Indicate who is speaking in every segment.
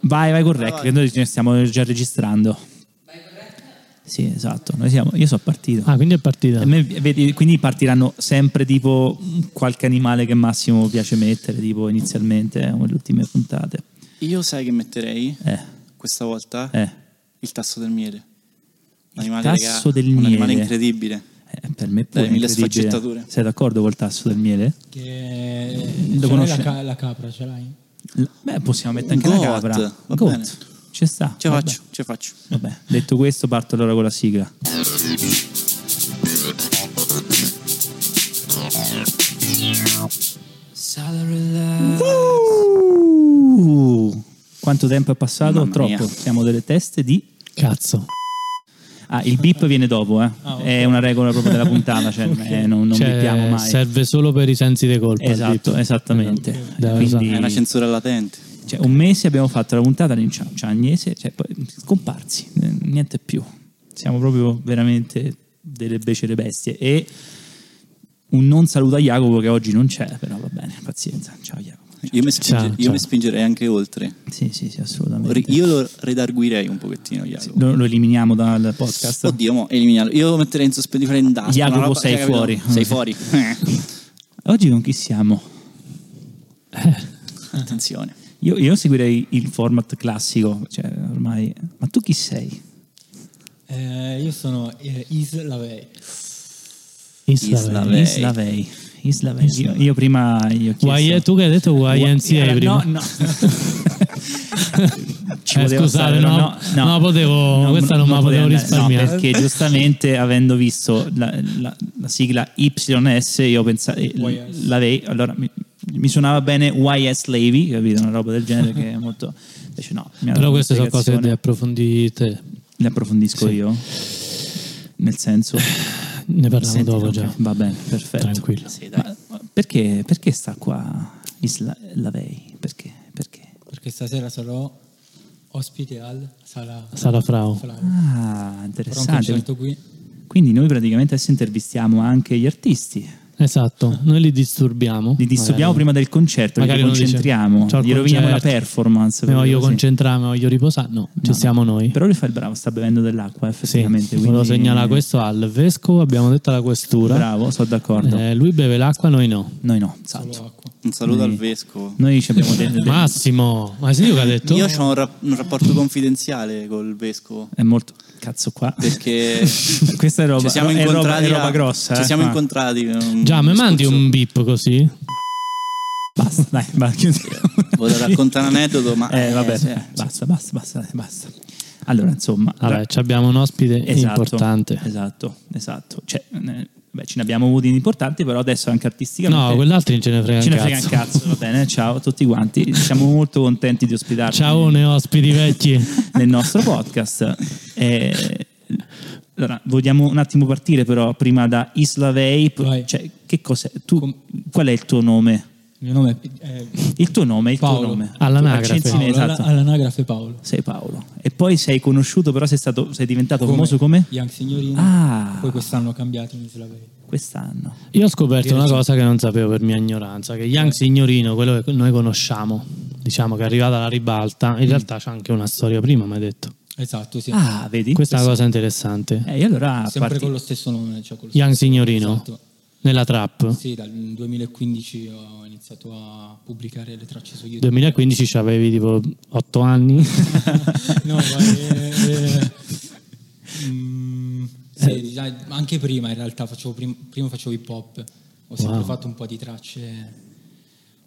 Speaker 1: Vai, vai con rec, che noi ci stiamo già registrando. Sì, esatto. Noi siamo, io sono partito.
Speaker 2: Ah, quindi è partita.
Speaker 1: A me- vedi, quindi partiranno sempre tipo qualche animale che Massimo piace mettere, tipo inizialmente, eh, nelle ultime puntate.
Speaker 3: Io sai che metterei
Speaker 1: Eh,
Speaker 3: questa volta
Speaker 1: eh,
Speaker 3: il tasso del miele. Un
Speaker 1: Il
Speaker 3: animale, raga,
Speaker 1: tasso del
Speaker 3: Un animale
Speaker 1: miele.
Speaker 3: incredibile.
Speaker 1: eh, per me pure.
Speaker 3: Dai, mille
Speaker 1: è incredibile.
Speaker 3: sfaccettature.
Speaker 1: Sei d'accordo col tasso del miele?
Speaker 4: Che
Speaker 1: Lo
Speaker 4: ce l'hai
Speaker 1: conosce?
Speaker 4: la, ca- la capra, ce l'hai?
Speaker 1: L- Beh, possiamo mettere anche
Speaker 3: Goat,
Speaker 1: la capra.
Speaker 3: va
Speaker 1: Goat.
Speaker 3: bene.
Speaker 1: Ci sta.
Speaker 3: Ce
Speaker 1: vabbè.
Speaker 3: faccio, ce faccio.
Speaker 1: Vabbè, detto questo, parto allora con la sigla. Uh, quanto tempo è passato?
Speaker 3: Mamma
Speaker 1: Troppo.
Speaker 3: mia.
Speaker 1: Siamo delle teste di.
Speaker 2: Cazzo.
Speaker 1: Ah, il beep viene dopo, eh.
Speaker 3: Ah,
Speaker 1: È una regola proprio della puntata, cioè eh, non, non
Speaker 2: Cioè,
Speaker 1: bippiamo mai.
Speaker 2: Serve solo per i sensi di colpa.
Speaker 1: Esatto, esattamente.
Speaker 2: Dai,
Speaker 1: Quindi,
Speaker 3: esatto. È una censura latente.
Speaker 1: cioè, un mese abbiamo fatto la puntata in Cia- Ciagnese, cioè, poi scomparsi, eh, niente più. Siamo proprio veramente delle becere bestie. E un non saluto a Jacopo che oggi non c'è, però va bene, pazienza. Ciao Jacopo.
Speaker 3: Io, mi, spinge-
Speaker 2: ciao,
Speaker 3: io
Speaker 2: ciao.
Speaker 3: mi spingerei anche oltre.
Speaker 1: Sì, sì, sì,
Speaker 3: Ri-
Speaker 1: assolutamente.
Speaker 3: Io lo redarguirei un pochettino, Jacopo.
Speaker 1: Lo, lo eliminiamo dal podcast.
Speaker 3: Oddio, mo, eliminalo. Io lo metterei in sospeso in dasta.
Speaker 1: Jacopo,
Speaker 3: una roba-
Speaker 1: sei
Speaker 3: cioè, capito?
Speaker 1: fuori.
Speaker 3: Sei fuori. Eh.
Speaker 1: Oggi con chi siamo?
Speaker 3: Attenzione.
Speaker 1: Io, io seguirei il format classico, cioè ormai... Ma tu chi sei?
Speaker 4: Eh, io sono eh, Islavei.
Speaker 2: Instagram.
Speaker 3: Islavei.
Speaker 1: Islavei. Islavei. Io, io prima gli ho chiesto...
Speaker 2: Guai- eh, tu che hai detto YNCA
Speaker 1: Allora,
Speaker 2: prima?
Speaker 1: eh, No, no. Ci
Speaker 2: Eh,
Speaker 1: poteva
Speaker 2: scusate,
Speaker 1: stare,
Speaker 2: no,
Speaker 1: no, no.
Speaker 2: no, potevo- questa non me la
Speaker 1: poteva
Speaker 2: potevo
Speaker 1: andare,
Speaker 2: risparmiare.
Speaker 1: no, perché giustamente avendo visto la, la- la sigla YS, io pensavo
Speaker 4: YS.
Speaker 1: l'avei, allora mi, mi suonava bene YS Levy, capito? Una roba del genere che è molto. Invece no, mi ha dato
Speaker 2: Però queste sono cose che devi
Speaker 1: un'spiegazione.
Speaker 2: approfondite.
Speaker 1: le approfondisco io. Nel senso,
Speaker 2: Ne parliamo
Speaker 1: Senti,
Speaker 2: dopo
Speaker 1: ok,
Speaker 2: già.
Speaker 1: va bene, perfetto.
Speaker 2: Tranquillo.
Speaker 3: Sì, dai.
Speaker 1: Ma perché, perché sta qua Isla, Lavei? Perché? Perché?
Speaker 4: Perché stasera sarò ospite al Sala
Speaker 2: Sala Frau.
Speaker 4: Flower.
Speaker 1: Ah,
Speaker 4: Farò un
Speaker 1: interessante.
Speaker 4: concerto qui.
Speaker 1: Quindi noi praticamente adesso intervistiamo anche gli artisti.
Speaker 2: Esatto, noi li disturbiamo.
Speaker 1: Li disturbiamo
Speaker 2: magari.
Speaker 1: prima del concerto,
Speaker 2: Magari
Speaker 1: li
Speaker 2: uno dice,
Speaker 1: concentriamo,
Speaker 2: "C'ho il
Speaker 1: gli roviniamo la
Speaker 2: concerto,
Speaker 1: performance.
Speaker 2: Mi voglio
Speaker 1: così.
Speaker 2: concentrare, mi voglio riposare. No, ci
Speaker 1: Certo, No,
Speaker 2: siamo noi.
Speaker 1: Però lui fa il bravo, sta bevendo dell'acqua
Speaker 2: Sì,
Speaker 1: effettivamente. quindi-
Speaker 2: volevo segnalare questo al vescovo, abbiamo detto alla questura.
Speaker 1: Bravo, sono d'accordo.
Speaker 2: Eh, lui beve l'acqua, noi no.
Speaker 1: Noi no, esatto.
Speaker 4: Solo acqua.
Speaker 3: Un saluto al vescovo.
Speaker 1: Noi ci abbiamo detto...
Speaker 2: Massimo, ma sì, io che ha detto?
Speaker 3: Io ho un, rap- un rapporto confidenziale col vescovo.
Speaker 1: È molto... Cazzo qua.
Speaker 3: Perché
Speaker 1: Questa è roba,
Speaker 3: ci siamo
Speaker 1: è roba-
Speaker 3: incontrati.
Speaker 1: è roba
Speaker 3: a-
Speaker 1: grossa.
Speaker 3: Ci
Speaker 1: eh.
Speaker 3: siamo
Speaker 1: Ah,
Speaker 3: incontrati. um,
Speaker 2: Già, mi
Speaker 3: scorso-
Speaker 2: mandi un bip così?
Speaker 1: Basta, dai, va, chiudiamo.
Speaker 3: Volevo raccontare un aneddoto, ma.
Speaker 1: Eh, vabbè,
Speaker 3: sì.
Speaker 1: basta, basta, basta, dai, basta. Allora, insomma...
Speaker 2: Vabbè, ci abbiamo un ospite
Speaker 1: Esatto,
Speaker 2: importante.
Speaker 1: Esatto, esatto. Cioè, eh, beh, ce ne abbiamo avuti di importanti, però adesso anche artisticamente.
Speaker 2: No, quell'altro non ce ne frega
Speaker 1: Ce
Speaker 2: un
Speaker 1: ne
Speaker 2: cazzo.
Speaker 1: frega un cazzo, va bene. Ciao a tutti quanti. Siamo molto contenti di ospitarci
Speaker 2: Ciao, ne ospiti vecchi.
Speaker 1: nel nostro podcast. Eh, allora, vogliamo un attimo partire, però, prima da Isla Vape.
Speaker 4: Vai.
Speaker 1: Cioè, che cos'è? Tu, qual è il tuo nome?
Speaker 4: Il mio nome è eh,
Speaker 1: Il tuo nome, il tuo
Speaker 4: Paolo.
Speaker 1: nome.
Speaker 2: All'anagrafe.
Speaker 1: Accensi-
Speaker 4: Paolo, alla-
Speaker 1: esatto.
Speaker 4: all'anagrafe Paolo.
Speaker 1: Sei Paolo. E poi sei conosciuto, però sei, stato, sei diventato famoso come?
Speaker 4: Young Signorina.
Speaker 1: Ah.
Speaker 4: Poi quest'anno ho cambiato in Islavei.
Speaker 1: Quest'anno.
Speaker 2: Io ho scoperto una cosa che non sapevo per mia ignoranza, che
Speaker 1: Eh.
Speaker 2: Young Signorino, quello che noi conosciamo, diciamo che è arrivata alla ribalta,
Speaker 1: Mm.
Speaker 2: in realtà c'è anche una storia prima, mi hai detto.
Speaker 4: Esatto, sì.
Speaker 1: Ah, vedi?
Speaker 2: Questa è una cosa interessante.
Speaker 1: Eh, e allora
Speaker 4: Sempre
Speaker 1: parti-
Speaker 4: con lo stesso nome. Cioè con lo
Speaker 2: Young
Speaker 4: stesso-
Speaker 2: Signorino,
Speaker 4: Esatto.
Speaker 2: nella trap,
Speaker 4: Sì, dal 2015 ho iniziato a pubblicare le tracce su YouTube.
Speaker 2: 2015 c'avevi tipo 8 anni,
Speaker 4: no, ma eh, eh, mm,
Speaker 1: Eh.
Speaker 4: sì, già- anche prima in realtà facevo prim- prima facevo hip hop. Ho sempre
Speaker 2: Wow.
Speaker 4: fatto un po' di tracce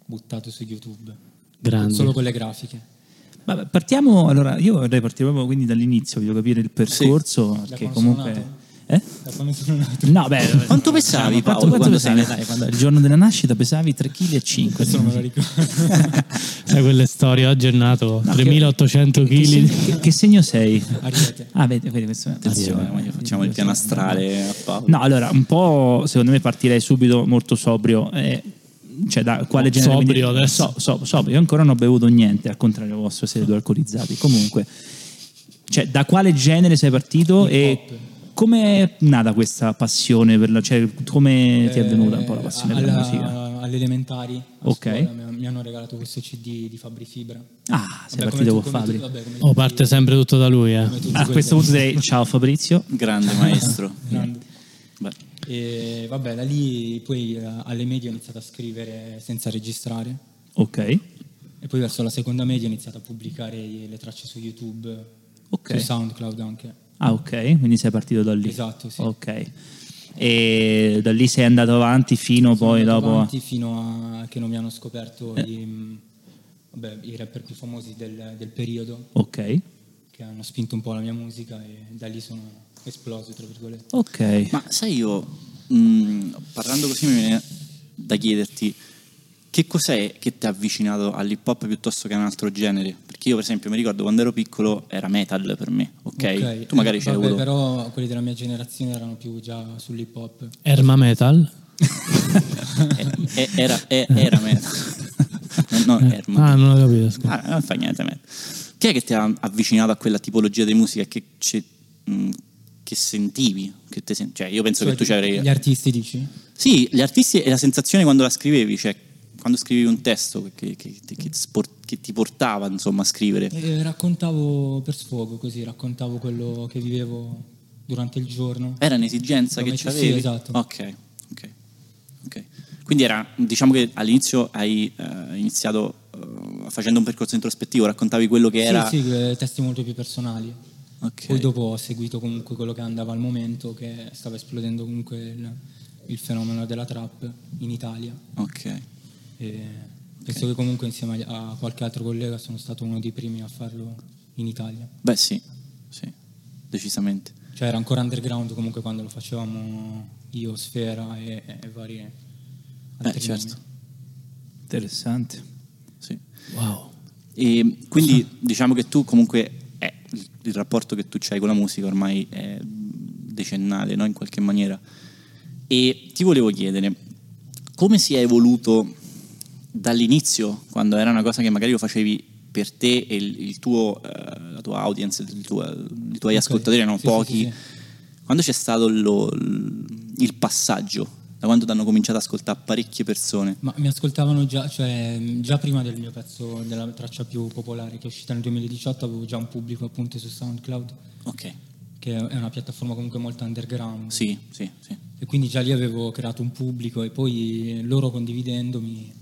Speaker 4: buttate su YouTube.
Speaker 2: Grande.
Speaker 4: Solo con le grafiche.
Speaker 1: Vabbè, partiamo allora, io vorrei partire proprio quindi dall'inizio, voglio capire il percorso, perché
Speaker 4: quando
Speaker 1: comunque...
Speaker 4: sono
Speaker 1: Eh?
Speaker 4: Da quando sono nato.
Speaker 1: No, beh,
Speaker 3: Quanto pesavi,
Speaker 1: quanto, quanto
Speaker 3: Paolo, quando
Speaker 1: pesavi?
Speaker 3: sei nato?
Speaker 1: Dai, quando- il giorno della nascita pesavi 3,5 kg.
Speaker 4: Questo non me lo ricordo.
Speaker 2: sai quelle storie, oggi è nato
Speaker 1: che-
Speaker 2: 3800
Speaker 1: Che,
Speaker 2: kg.
Speaker 1: segno- che- che segno sei?
Speaker 4: Ariete.
Speaker 1: Ah, vedi, vedi questo
Speaker 3: Attenzione, voglio- facciamo il piano astrale a Paolo.
Speaker 1: No, allora, un po' secondo me partirei subito molto sobrio. eh, cioè, da quale genere?
Speaker 2: Sobrio
Speaker 1: quindi-
Speaker 2: adesso.
Speaker 1: So- so- sobrio, io ancora non ho bevuto niente, al contrario vostro, siete due alcolizzati. Comunque, cioè, da quale genere sei partito e come è nata questa passione per la... Cioè, come ti è venuta un po' la passione
Speaker 4: Eh,
Speaker 1: per la
Speaker 4: alla-
Speaker 1: musica?
Speaker 4: alle elementari, a
Speaker 1: Ok.
Speaker 4: scuola, mi, mi hanno regalato questo CD di Fabri Fibra.
Speaker 1: Ah, sei
Speaker 4: Vabbè, come
Speaker 1: partito con
Speaker 4: tu- come tu-
Speaker 1: Fabri.
Speaker 4: vabbè, come
Speaker 2: Oh,
Speaker 4: tutti-
Speaker 2: parte sempre tutto da lui, eh.
Speaker 4: come tutti
Speaker 1: A
Speaker 4: quelli-
Speaker 1: questo punto direi ciao Fabrizio.
Speaker 3: Grande maestro.
Speaker 4: Grande.
Speaker 3: Beh,
Speaker 4: E vabbè, da lì poi eh, alle medie ho iniziato a scrivere senza registrare.
Speaker 1: Ok.
Speaker 4: E poi verso la seconda media ho iniziato a pubblicare le tracce su YouTube,
Speaker 1: Ok.
Speaker 4: su SoundCloud anche.
Speaker 1: Ah, ok, quindi sei partito da lì.
Speaker 4: Esatto, sì.
Speaker 1: Ok. E da lì sei andato avanti fino
Speaker 4: Sono
Speaker 1: poi
Speaker 4: andato
Speaker 1: dopo. Eh.
Speaker 4: avanti fino a che non mi hanno scoperto i, mh, vabbè, i rapper più famosi del, del periodo,
Speaker 1: Ok.
Speaker 4: che hanno spinto un po' la mia musica e da lì sono esploso, tra virgolette.
Speaker 1: Ok.
Speaker 3: Ma sai io, mh, parlando così mi viene da chiederti che cos'è che ti ha avvicinato all'hip hop piuttosto che a un altro genere? Perché io per esempio mi ricordo quando ero piccolo era metal per me, ok?
Speaker 4: Ok. eh,
Speaker 3: Tu magari c'hai
Speaker 4: Vabbè,
Speaker 3: avuto...
Speaker 4: Però quelli della mia generazione erano più già sull'hip hop.
Speaker 2: Erma Metal.
Speaker 3: Eh, eh, era, eh, era metal. no, no, Erma.
Speaker 2: Ah, non ho capito. scusa.
Speaker 3: Ah, non fa niente, man. Chi è che ti ha avvicinato a quella tipologia di musica che, c'è- mh, che sentivi? Che te sen- cioè, io penso
Speaker 4: Cioè,
Speaker 3: che tu ci avrei...
Speaker 4: Gli artisti dici?
Speaker 3: Sì, gli artisti e la sensazione quando la scrivevi, cioè quando scrivevi un testo che, che- che- che spor- che ti portava insomma a scrivere.
Speaker 4: Eh, raccontavo per sfogo così, raccontavo quello che vivevo durante il giorno.
Speaker 3: Era un'esigenza
Speaker 4: Come
Speaker 3: che
Speaker 4: ci-
Speaker 3: c'avevi?
Speaker 4: sì, esatto.
Speaker 3: Ok, ok, ok. Quindi era, diciamo che all'inizio hai eh, iniziato eh, facendo un percorso introspettivo, raccontavi quello che era...
Speaker 4: Sì, sì, eh, testi molto più personali.
Speaker 3: Ok.
Speaker 4: Poi dopo ho seguito comunque quello che andava al momento, che stava esplodendo comunque il, il fenomeno della trap in Italia.
Speaker 3: ok.
Speaker 4: E Penso che comunque insieme agli- a qualche altro collega sono stato uno dei primi a farlo in Italia.
Speaker 3: Beh sì, sì, decisamente.
Speaker 4: Cioè era ancora underground comunque quando lo facevamo io, Sfera e, e vari altri
Speaker 3: Beh, certo.
Speaker 4: nomi.
Speaker 1: Interessante.
Speaker 3: Sì.
Speaker 2: Wow.
Speaker 3: E quindi diciamo che tu comunque eh, il- il rapporto che tu hai con la musica ormai è decennale, no? in qualche maniera. E ti volevo chiedere, come si è evoluto dall'inizio, quando era una cosa che magari lo facevi per te e il, il tuo, eh, la tua audience, il tuo- i tuoi
Speaker 4: Ok.
Speaker 3: ascoltatori erano
Speaker 4: Sì, sì,
Speaker 3: pochi,
Speaker 4: sì, sì.
Speaker 3: quando c'è stato lo- il passaggio, da quando ti hanno cominciato ad ascoltare parecchie persone?
Speaker 4: Ma mi ascoltavano già, cioè, mh, già prima del mio pezzo, della traccia più popolare che è uscita nel 2018, avevo già un pubblico appunto su SoundCloud,
Speaker 3: Ok,
Speaker 4: che è una piattaforma comunque molto underground.
Speaker 3: sì, sì, sì.
Speaker 4: E quindi già lì avevo creato un pubblico e poi eh, loro condividendomi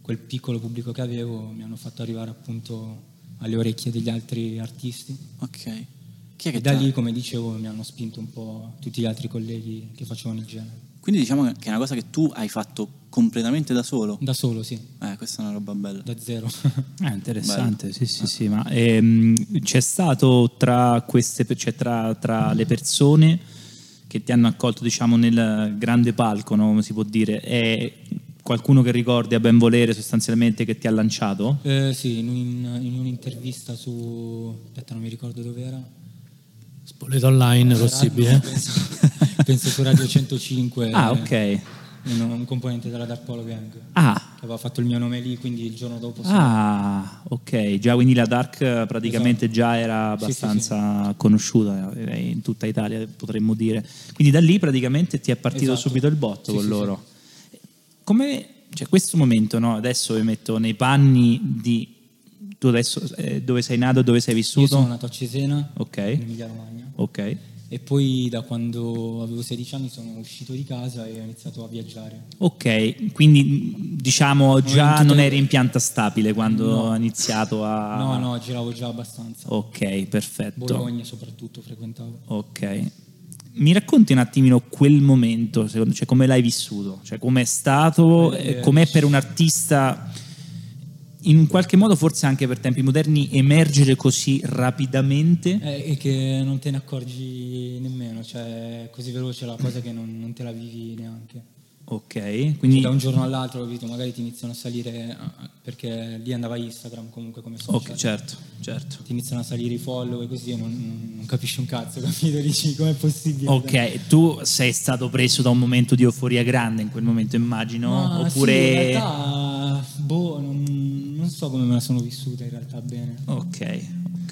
Speaker 4: quel piccolo pubblico che avevo mi hanno fatto arrivare appunto alle orecchie degli altri artisti.
Speaker 3: Ok. Chi è che
Speaker 4: E da
Speaker 3: t'ha-
Speaker 4: lì, come dicevo, mi hanno spinto un po' tutti gli altri colleghi che facevano il genere.
Speaker 3: Quindi diciamo che è una cosa che tu hai fatto completamente da solo.
Speaker 4: Da solo, sì,
Speaker 3: Eh, questa è una roba bella.
Speaker 4: da zero.
Speaker 1: Ah, interessante, sì, sì, sì, ma ehm, c'è stato tra queste, cioè tra, tra le persone che ti hanno accolto, diciamo, nel grande palco, no, come si può dire, è qualcuno che ricordi a ben volere sostanzialmente che ti ha lanciato?
Speaker 4: Eh, sì, in, un- in un'intervista su... aspetta, non mi ricordo dove era.
Speaker 2: Spoleto online, possibile. eh.
Speaker 4: Penso, penso su Radio 105.
Speaker 1: eh? Ah,
Speaker 4: eh,
Speaker 1: ok.
Speaker 4: Un, un componente della Dark Polo Gang.
Speaker 1: Ah,
Speaker 4: Che aveva fatto il mio nome lì, quindi il giorno dopo... sono-
Speaker 1: ah, ok. Già quindi la Dark eh, praticamente già era
Speaker 4: Esatto. Sì, sì, sì.
Speaker 1: abbastanza conosciuta direi, in tutta Italia, potremmo dire. Quindi da lì praticamente ti è partito
Speaker 4: Esatto.
Speaker 1: subito il botto
Speaker 4: Sì,
Speaker 1: con
Speaker 4: sì,
Speaker 1: loro. come cioè, questo momento, no? adesso mi metto nei panni di tu adesso eh, dove sei nato, dove sei
Speaker 4: Io
Speaker 1: vissuto.
Speaker 4: sono nato a Cesena, in
Speaker 1: Ok, Oh.
Speaker 4: Emilia Romagna.
Speaker 1: ok,
Speaker 4: E poi da quando avevo 16 anni sono uscito di casa e ho iniziato a viaggiare.
Speaker 1: ok, quindi diciamo già
Speaker 4: tutte-
Speaker 1: non eri in pianta stabile quando ho iniziato a...
Speaker 4: No, no, giravo già abbastanza.
Speaker 1: Oh, Ok, perfetto.
Speaker 4: Bologna soprattutto frequentavo.
Speaker 1: Ok. Mi racconti un attimino quel momento, secondo cioè come l'hai vissuto, cioè com'è stato, eh, com'è per un artista in un qualche modo forse anche per tempi moderni emergere così rapidamente?
Speaker 4: Eh, e che non te ne accorgi nemmeno, cioè è così veloce la cosa che non, non te la vivi neanche.
Speaker 1: Ok,
Speaker 4: Quindi
Speaker 1: quindi
Speaker 4: da un giorno all'altro, capito, magari ti iniziano a salire, ah, perché lì andava Instagram comunque come social.
Speaker 1: Ok, certo, certo.
Speaker 4: Ti iniziano a salire i follow e così e non, non capisci un cazzo, capito? Dici com'è possibile?
Speaker 1: Ok, tu sei stato preso da un momento di euforia grande in quel momento, immagino,
Speaker 4: Ma sì,
Speaker 1: oppure
Speaker 4: in realtà, boh, non, non so so come me la sono vissuta in realtà bene.
Speaker 1: Ok, ok.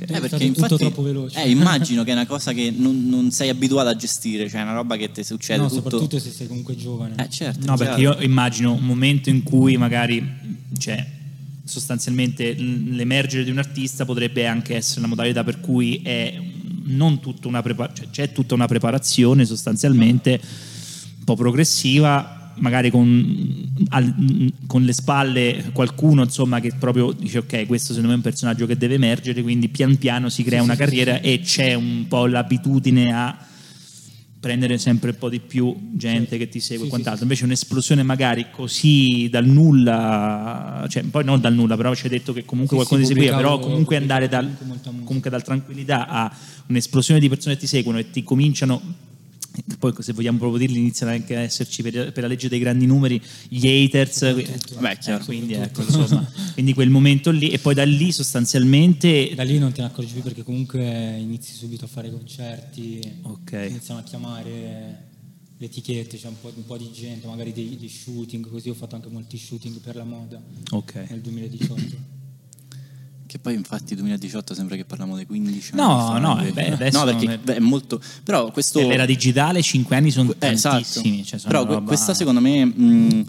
Speaker 4: È
Speaker 3: Eh, perché
Speaker 4: stato tutto
Speaker 3: infatti-
Speaker 4: troppo veloce.
Speaker 3: Eh, immagino che è una cosa che non, non sei abituato a gestire, cioè è una roba che ti succede
Speaker 4: no,
Speaker 3: tutto.
Speaker 4: soprattutto se sei comunque giovane.
Speaker 3: Eh, certo.
Speaker 1: No,
Speaker 3: chiaro.
Speaker 1: perché io immagino un momento in cui magari, cioè, sostanzialmente l- l'emergere di un artista potrebbe anche essere una modalità per cui è non tutta una prepa- cioè, c'è tutta una preparazione sostanzialmente un po' progressiva, magari con, al- con le spalle qualcuno insomma che proprio dice ok questo secondo me è un personaggio che deve emergere, quindi pian piano si crea una carriera e c'è un po' l'abitudine a prendere sempre un po' di più gente che ti segue
Speaker 4: Sì,
Speaker 1: e
Speaker 4: sì,
Speaker 1: quant'altro. Invece un'esplosione magari così dal nulla, cioè poi non dal nulla, però ci hai detto che comunque
Speaker 4: Sì,
Speaker 1: qualcuno
Speaker 4: sì,
Speaker 1: ti seguiva, però
Speaker 4: pubblicavo-
Speaker 1: comunque andare dal,
Speaker 4: pubblicavo molta musica.
Speaker 1: comunque dal tranquillità a un'esplosione di persone che ti seguono e ti cominciano poi se vogliamo proprio dirli iniziano anche a esserci per, per la legge dei grandi numeri gli haters
Speaker 4: eh,
Speaker 3: Vabbè, chiaro.
Speaker 1: quindi ecco insomma quindi quel momento lì e poi da lì sostanzialmente
Speaker 4: Da lì non te ne accorgi più perché comunque inizi subito a fare concerti,
Speaker 1: Ok.
Speaker 4: ti iniziano a chiamare le etichette, c'è un po', un po' di gente, magari dei, dei shooting, così ho fatto anche molti shooting per la moda
Speaker 1: ok
Speaker 4: nel 2018.
Speaker 3: Che poi infatti 2018 sembra che parliamo dei 15 anni.
Speaker 1: No,
Speaker 3: fa,
Speaker 1: no,
Speaker 4: eh,
Speaker 3: invece.
Speaker 1: beh, adesso
Speaker 3: no, perché
Speaker 1: non è-
Speaker 3: beh, è molto... Però questo...
Speaker 1: Nell'era digitale 5 anni sono
Speaker 3: Eh, esatto.
Speaker 1: tantissimi cioè, sono
Speaker 3: Però que-
Speaker 1: roba-
Speaker 3: questa secondo me mh,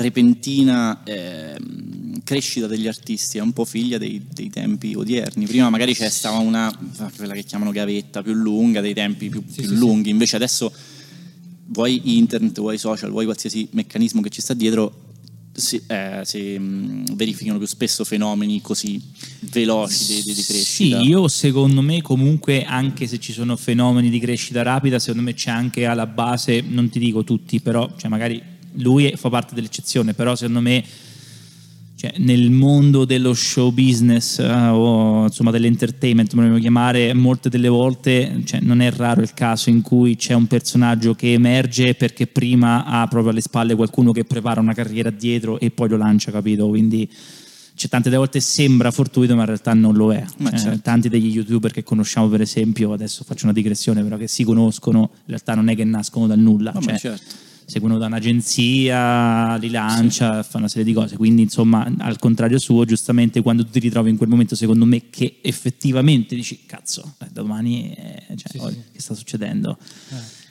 Speaker 3: repentina ehm, crescita degli artisti è un po' figlia dei, dei tempi odierni. Prima magari c'è stava una, quella che chiamano gavetta più lunga, dei tempi più, più
Speaker 4: sì, sì.
Speaker 3: lunghi, invece adesso vuoi internet, vuoi social, vuoi qualsiasi meccanismo che ci sta dietro, si, eh, si, mh, verificano più spesso fenomeni così veloci di, di- di crescita.
Speaker 1: Sì, io secondo me comunque anche se ci sono fenomeni di crescita rapida, secondo me c'è anche alla base, non ti dico tutti, però cioè, magari lui è- fa parte dell'eccezione, però secondo me cioè, nel mondo dello show business eh, o insomma dell'entertainment, come lo vogliamo chiamare, molte delle volte cioè, non è raro il caso in cui c'è un personaggio che emerge perché prima ha proprio alle spalle qualcuno che prepara una carriera dietro e poi lo lancia, capito? Quindi cioè, tante delle volte sembra fortuito, ma in realtà non lo è.
Speaker 3: Ma
Speaker 1: Eh,
Speaker 3: certo.
Speaker 1: Tanti degli youtuber che conosciamo, per esempio, adesso faccio una digressione, però che si conoscono, in realtà non è che nascono dal nulla.
Speaker 3: No, ma
Speaker 1: cioè,
Speaker 3: certo.
Speaker 1: seguono da un'agenzia, li lancia, fa una serie di cose. Quindi, insomma, al contrario suo, giustamente quando tu ti ritrovi in quel momento, secondo me, che effettivamente dici, cazzo, eh, domani eh, cioè,
Speaker 4: Sì, Eh.
Speaker 1: oh,
Speaker 4: sì, sì.
Speaker 1: che sta succedendo?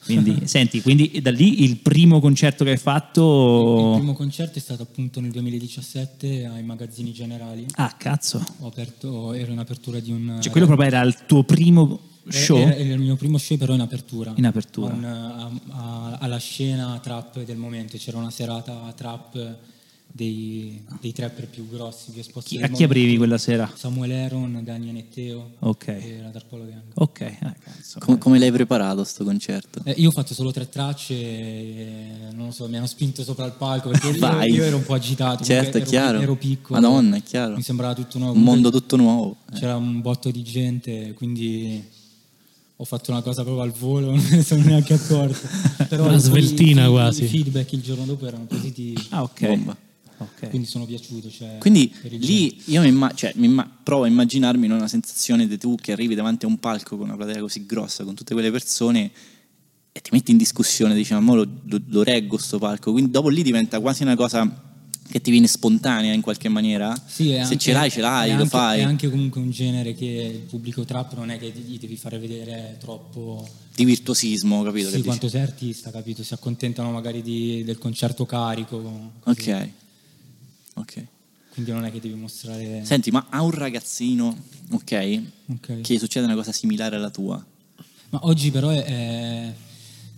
Speaker 1: Quindi, senti, quindi da lì il primo concerto che hai fatto...
Speaker 4: Il primo concerto è stato appunto nel 2017 ai magazzini generali.
Speaker 1: Ah, cazzo.
Speaker 4: Ho aperto, era un'apertura di un...
Speaker 1: Cioè, quello proprio era il tuo primo
Speaker 4: Era-
Speaker 1: show?
Speaker 4: Era, era il mio primo show però in apertura.
Speaker 1: In apertura.
Speaker 4: eh, A un- a- a- alla scena trap del momento, c'era una serata trap dei, dei trapper più grossi, più esposti.
Speaker 1: Chi-
Speaker 4: del
Speaker 1: a chi
Speaker 4: momento.
Speaker 1: aprivi quella sera?
Speaker 4: Samuel Aaron, Daniel e Teo
Speaker 1: Ok.
Speaker 4: e la Tarpolo Gang.
Speaker 1: Ok, ah, cazzo.
Speaker 3: Com- come l'hai preparato sto concerto?
Speaker 4: Eh, io ho fatto solo tre tracce, e, non lo so, mi hanno spinto sopra il palco perché io,
Speaker 3: Vai.
Speaker 4: io ero un po' agitato.
Speaker 3: Certo, è
Speaker 4: comunque ero,
Speaker 3: chiaro.
Speaker 4: Ero piccolo.
Speaker 3: Madonna, è chiaro.
Speaker 4: Mi sembrava tutto nuovo.
Speaker 3: Un mondo
Speaker 4: comunque
Speaker 3: tutto nuovo. eh.
Speaker 4: C'era un botto di gente, quindi ho fatto una cosa proprio al volo, non me ne sono neanche accorto. Però
Speaker 2: Una
Speaker 4: poi
Speaker 2: sveltina
Speaker 4: i-
Speaker 2: quasi.
Speaker 4: I feedback il giorno dopo erano positivi,
Speaker 1: Ah, ok.
Speaker 3: Bomba.
Speaker 1: Ok.
Speaker 4: quindi sono piaciuto. cioè,
Speaker 3: Quindi
Speaker 4: per il genere.
Speaker 3: lì io mi imma- cioè, mi imma- provo a immaginarmi in una sensazione di tu che arrivi davanti a un palco con una platea così grossa, con tutte quelle persone e ti metti in discussione, dici ma mo lo, lo- lo reggo sto palco, quindi dopo lì diventa quasi una cosa che ti viene spontanea in qualche maniera,
Speaker 4: Sì, è
Speaker 3: se
Speaker 4: anche-
Speaker 3: ce l'hai ce l'hai,
Speaker 4: è
Speaker 3: lo
Speaker 4: anche-
Speaker 3: fai,
Speaker 4: È anche comunque un genere che il pubblico trap non è che gli devi fare vedere troppo
Speaker 3: di virtuosismo, capito?
Speaker 4: sì,
Speaker 3: che dici?
Speaker 4: quanto sei artista, capito? Si accontentano magari di- del concerto carico. così.
Speaker 3: Ok, ok.
Speaker 4: Quindi non è che devi mostrare.
Speaker 3: Senti, ma a un ragazzino, ok,
Speaker 4: Ok.
Speaker 3: che succede una cosa similare alla tua,
Speaker 4: Ma oggi però è- è-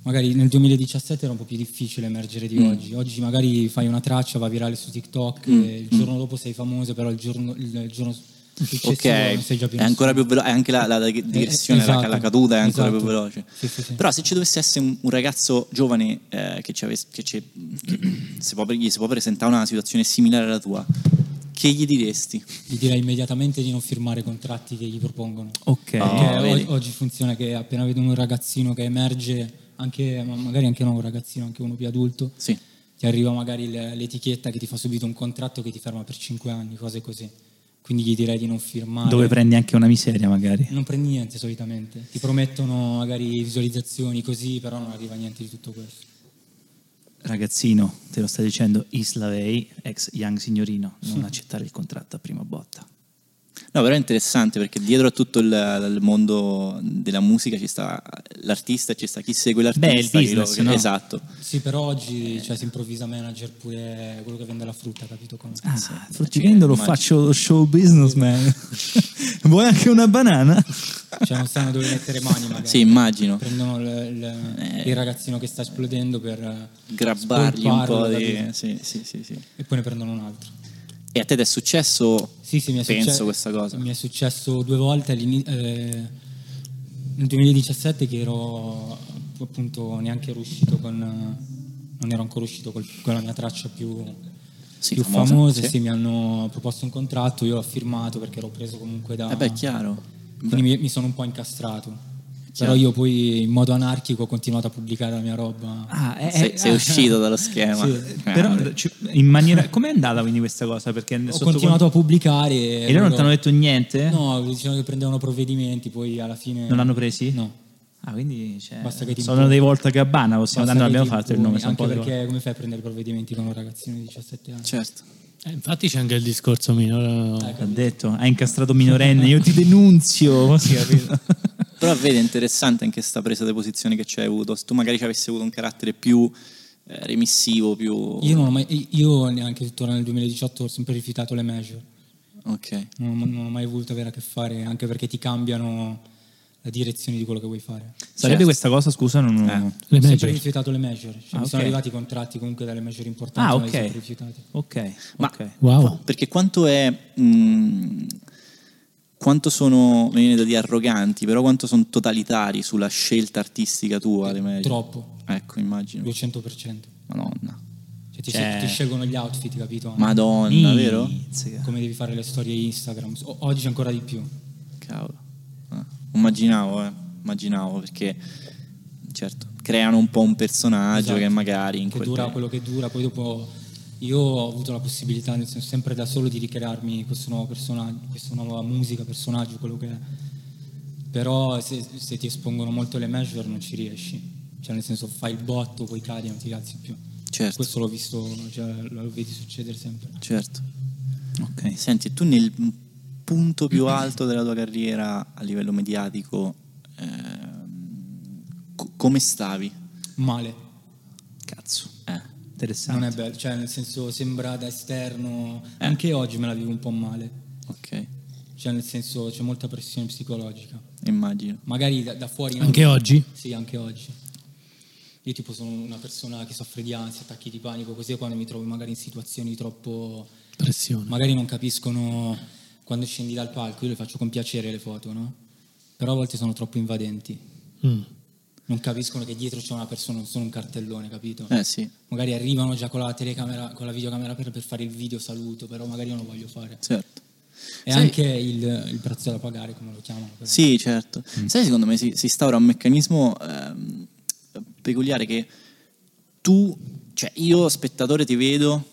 Speaker 4: magari nel 2017 era un po' più difficile emergere
Speaker 3: Mm.
Speaker 4: di oggi. Oggi magari fai una traccia, va virale su TikTok, e il giorno dopo sei famoso, però il giorno, il- il giorno successivo
Speaker 3: Ok,
Speaker 4: non sei già più
Speaker 3: è ancora più veloce, anche la, la digressione, la-
Speaker 4: esatto,
Speaker 3: la, caduta è ancora
Speaker 4: esatto.
Speaker 3: più veloce.
Speaker 4: Sì, sì, sì.
Speaker 3: Però se ci dovesse essere un, un ragazzo giovane eh, che, ci avesse- che ci- che si può, gli si può presentare una situazione similare alla tua, che gli diresti?
Speaker 4: Gli direi immediatamente di non firmare contratti che gli propongono.
Speaker 1: Ok.
Speaker 3: Oh.
Speaker 4: Perché
Speaker 3: vedi.
Speaker 4: o- oggi funziona che appena vedo un ragazzino che emerge, anche, ma magari anche non un ragazzino, anche uno più adulto,
Speaker 3: Sì.
Speaker 4: ti arriva magari l- l'etichetta che ti fa subito un contratto che ti ferma per 5 anni, cose così. Quindi gli direi di non firmare.
Speaker 1: Dove prendi anche una miseria magari.
Speaker 4: non prendi niente solitamente. Ti promettono magari visualizzazioni così, però non arriva niente di tutto questo.
Speaker 1: ragazzino, te lo sta dicendo Islavey, ex Young Signorino, non accettare il contratto a prima botta.
Speaker 3: No, però è interessante perché dietro a tutto il, al mondo della musica ci sta l'artista, ci sta chi segue l'artista.
Speaker 1: Beh, il
Speaker 3: chi lo-
Speaker 1: business, no?
Speaker 3: Esatto.
Speaker 4: Sì, però oggi cioè, si improvvisa manager pure quello che vende la frutta, capito? Come?
Speaker 1: Ah, fruttivendolo
Speaker 3: immagino.
Speaker 1: faccio lo show businessman. Vuoi anche una banana?
Speaker 4: Cioè non sanno dove mettere mani magari.
Speaker 3: Sì, immagino. Eh.
Speaker 4: Prendono il- il- il ragazzino che sta esplodendo per... eh,
Speaker 3: Grabbargli un po'
Speaker 4: spolparlo da
Speaker 3: di...
Speaker 4: Disney.
Speaker 3: Sì, sì, sì, sì.
Speaker 4: E poi ne prendono un altro.
Speaker 3: E a te ti è successo?
Speaker 4: Sì, sì, mi è
Speaker 3: Penso
Speaker 4: successo-
Speaker 3: questa cosa.
Speaker 4: Mi è successo due volte all'ini- eh, nel 2017 che ero appunto neanche ero uscito con eh, non ero ancora uscito col- con la mia traccia più,
Speaker 3: Sì,
Speaker 4: più
Speaker 3: famosa,
Speaker 4: famosa,
Speaker 3: sì.
Speaker 4: sì, mi hanno proposto un contratto, io l'ho firmato perché ero preso comunque da
Speaker 3: Eh beh, chiaro.
Speaker 4: quindi mi, mi sono un po' incastrato.
Speaker 3: Chiaro.
Speaker 4: Però io poi in modo anarchico ho continuato a pubblicare la mia roba.
Speaker 1: Ah, eh,
Speaker 3: sei,
Speaker 1: eh,
Speaker 3: sei
Speaker 1: ah.
Speaker 3: uscito dallo schema. Eh,
Speaker 1: Sì,
Speaker 3: Grande.
Speaker 1: però ci- in maniera... Com'è andata quindi questa cosa? Perché
Speaker 4: ho
Speaker 1: sotto-
Speaker 4: continuato a pubblicare
Speaker 1: E loro non ti hanno detto niente?
Speaker 4: No, dicevano che prendevano provvedimenti, poi alla fine
Speaker 1: Non l'hanno presi?
Speaker 4: No.
Speaker 1: Ah, quindi cioè,
Speaker 4: Basta che ti
Speaker 1: sono
Speaker 4: imponi.
Speaker 1: dei volta gabbana, possiamo
Speaker 4: Basta
Speaker 1: andare,
Speaker 4: che
Speaker 1: abbiamo
Speaker 4: ti
Speaker 1: fatto il
Speaker 4: imponi,
Speaker 1: nome. sono eh. un
Speaker 4: Anche
Speaker 1: po' di-
Speaker 4: perché come fai a prendere provvedimenti con un ragazzino di 17
Speaker 1: Cioè,
Speaker 4: anni?
Speaker 3: Certo.
Speaker 2: Eh, infatti c'è anche il discorso minore.
Speaker 1: L'ha detto, hai incastrato minorenne, io ti denunzio. Sì, capito?
Speaker 3: Però vedi, è interessante anche sta presa di posizione che ci hai avuto. Se tu magari ci avessi avuto un carattere più eh, remissivo, più...
Speaker 4: Io non
Speaker 1: oh.
Speaker 4: ho mai, io neanche tuttora nel 2018 ho sempre rifiutato le major.
Speaker 3: Ok.
Speaker 4: Non, ho- non ho mai voluto avere a che fare, anche perché ti cambiano la direzione di quello che vuoi fare.
Speaker 1: Sarebbe questa cosa, scusa, non...
Speaker 2: Le
Speaker 4: Ho sempre
Speaker 2: major.
Speaker 4: rifiutato le major.
Speaker 1: Ah,
Speaker 4: Cioè, mi sono
Speaker 1: ok.
Speaker 4: arrivati i contratti comunque dalle major importanti,
Speaker 1: Ah,
Speaker 4: ma li ho
Speaker 1: ok.
Speaker 4: sempre rifiutati.
Speaker 1: Ok,
Speaker 3: Ma-
Speaker 1: ok.
Speaker 2: Wow.
Speaker 3: Perché quanto è... mh, quanto sono, mi viene da dire, arroganti, però quanto sono totalitari sulla scelta artistica tua, le Mary?
Speaker 4: Troppo,
Speaker 3: Ecco, immagino.
Speaker 4: 200%.
Speaker 3: Madonna.
Speaker 4: Cioè, ti,
Speaker 1: Cioè-
Speaker 4: scel- ti scelgono gli outfit, capito?
Speaker 3: Madonna, vero?
Speaker 1: Mizzica.
Speaker 4: Come devi fare le storie Instagram. O- oggi ancora di più.
Speaker 3: Cavolo. Ah, Immaginavo, eh. Immaginavo, perché... Certo, creano un po' un personaggio
Speaker 4: Esatto.
Speaker 3: che magari in
Speaker 4: che
Speaker 3: quel
Speaker 4: dura
Speaker 3: periodo-
Speaker 4: quello che dura, poi dopo io ho avuto la possibilità, nel senso sempre da solo, di ricrearmi questo nuovo personaggio, questa nuova musica, personaggio, quello che è. Però se, se ti espongono molto le major non ci riesci. Cioè nel senso fai il botto, poi cadi, non ti alzi più.
Speaker 3: Certo.
Speaker 4: Questo l'ho visto, cioè, lo vedi succedere sempre.
Speaker 3: Certo.
Speaker 1: Ok.
Speaker 3: Senti, tu nel punto più alto della tua carriera a livello mediatico, ehm, co- come stavi?
Speaker 4: Male,
Speaker 1: Cazzo,
Speaker 3: Eh,
Speaker 1: interessante.
Speaker 4: non è bello, cioè nel senso sembra da esterno,
Speaker 3: Eh.
Speaker 4: anche oggi me la vivo un po' male.
Speaker 3: ok,
Speaker 4: Cioè nel senso c'è molta pressione psicologica.
Speaker 3: immagino.
Speaker 4: Magari da, da fuori no.
Speaker 2: Anche oggi?
Speaker 4: Sì, anche oggi. Io tipo sono una persona che soffre di ansia, attacchi di panico, così quando mi trovo magari in situazioni troppo...
Speaker 2: Pressione.
Speaker 4: Magari non capiscono quando scendi dal palco, io le faccio con piacere le foto, no? Però a volte sono troppo invadenti.
Speaker 2: Mm.
Speaker 4: Non capiscono che dietro c'è una persona, non sono un cartellone, capito?
Speaker 3: Eh sì,
Speaker 4: Magari arrivano già con la telecamera, con la videocamera per, per fare il video saluto, però magari io non lo voglio fare.
Speaker 3: certo.
Speaker 4: E
Speaker 3: Sai-
Speaker 4: anche il, il prezzo da pagare, come lo chiamano. però.
Speaker 3: Sì, certo.
Speaker 4: Mm.
Speaker 3: Sai, secondo me si, si instaura un meccanismo ehm, peculiare che tu, cioè io spettatore ti vedo,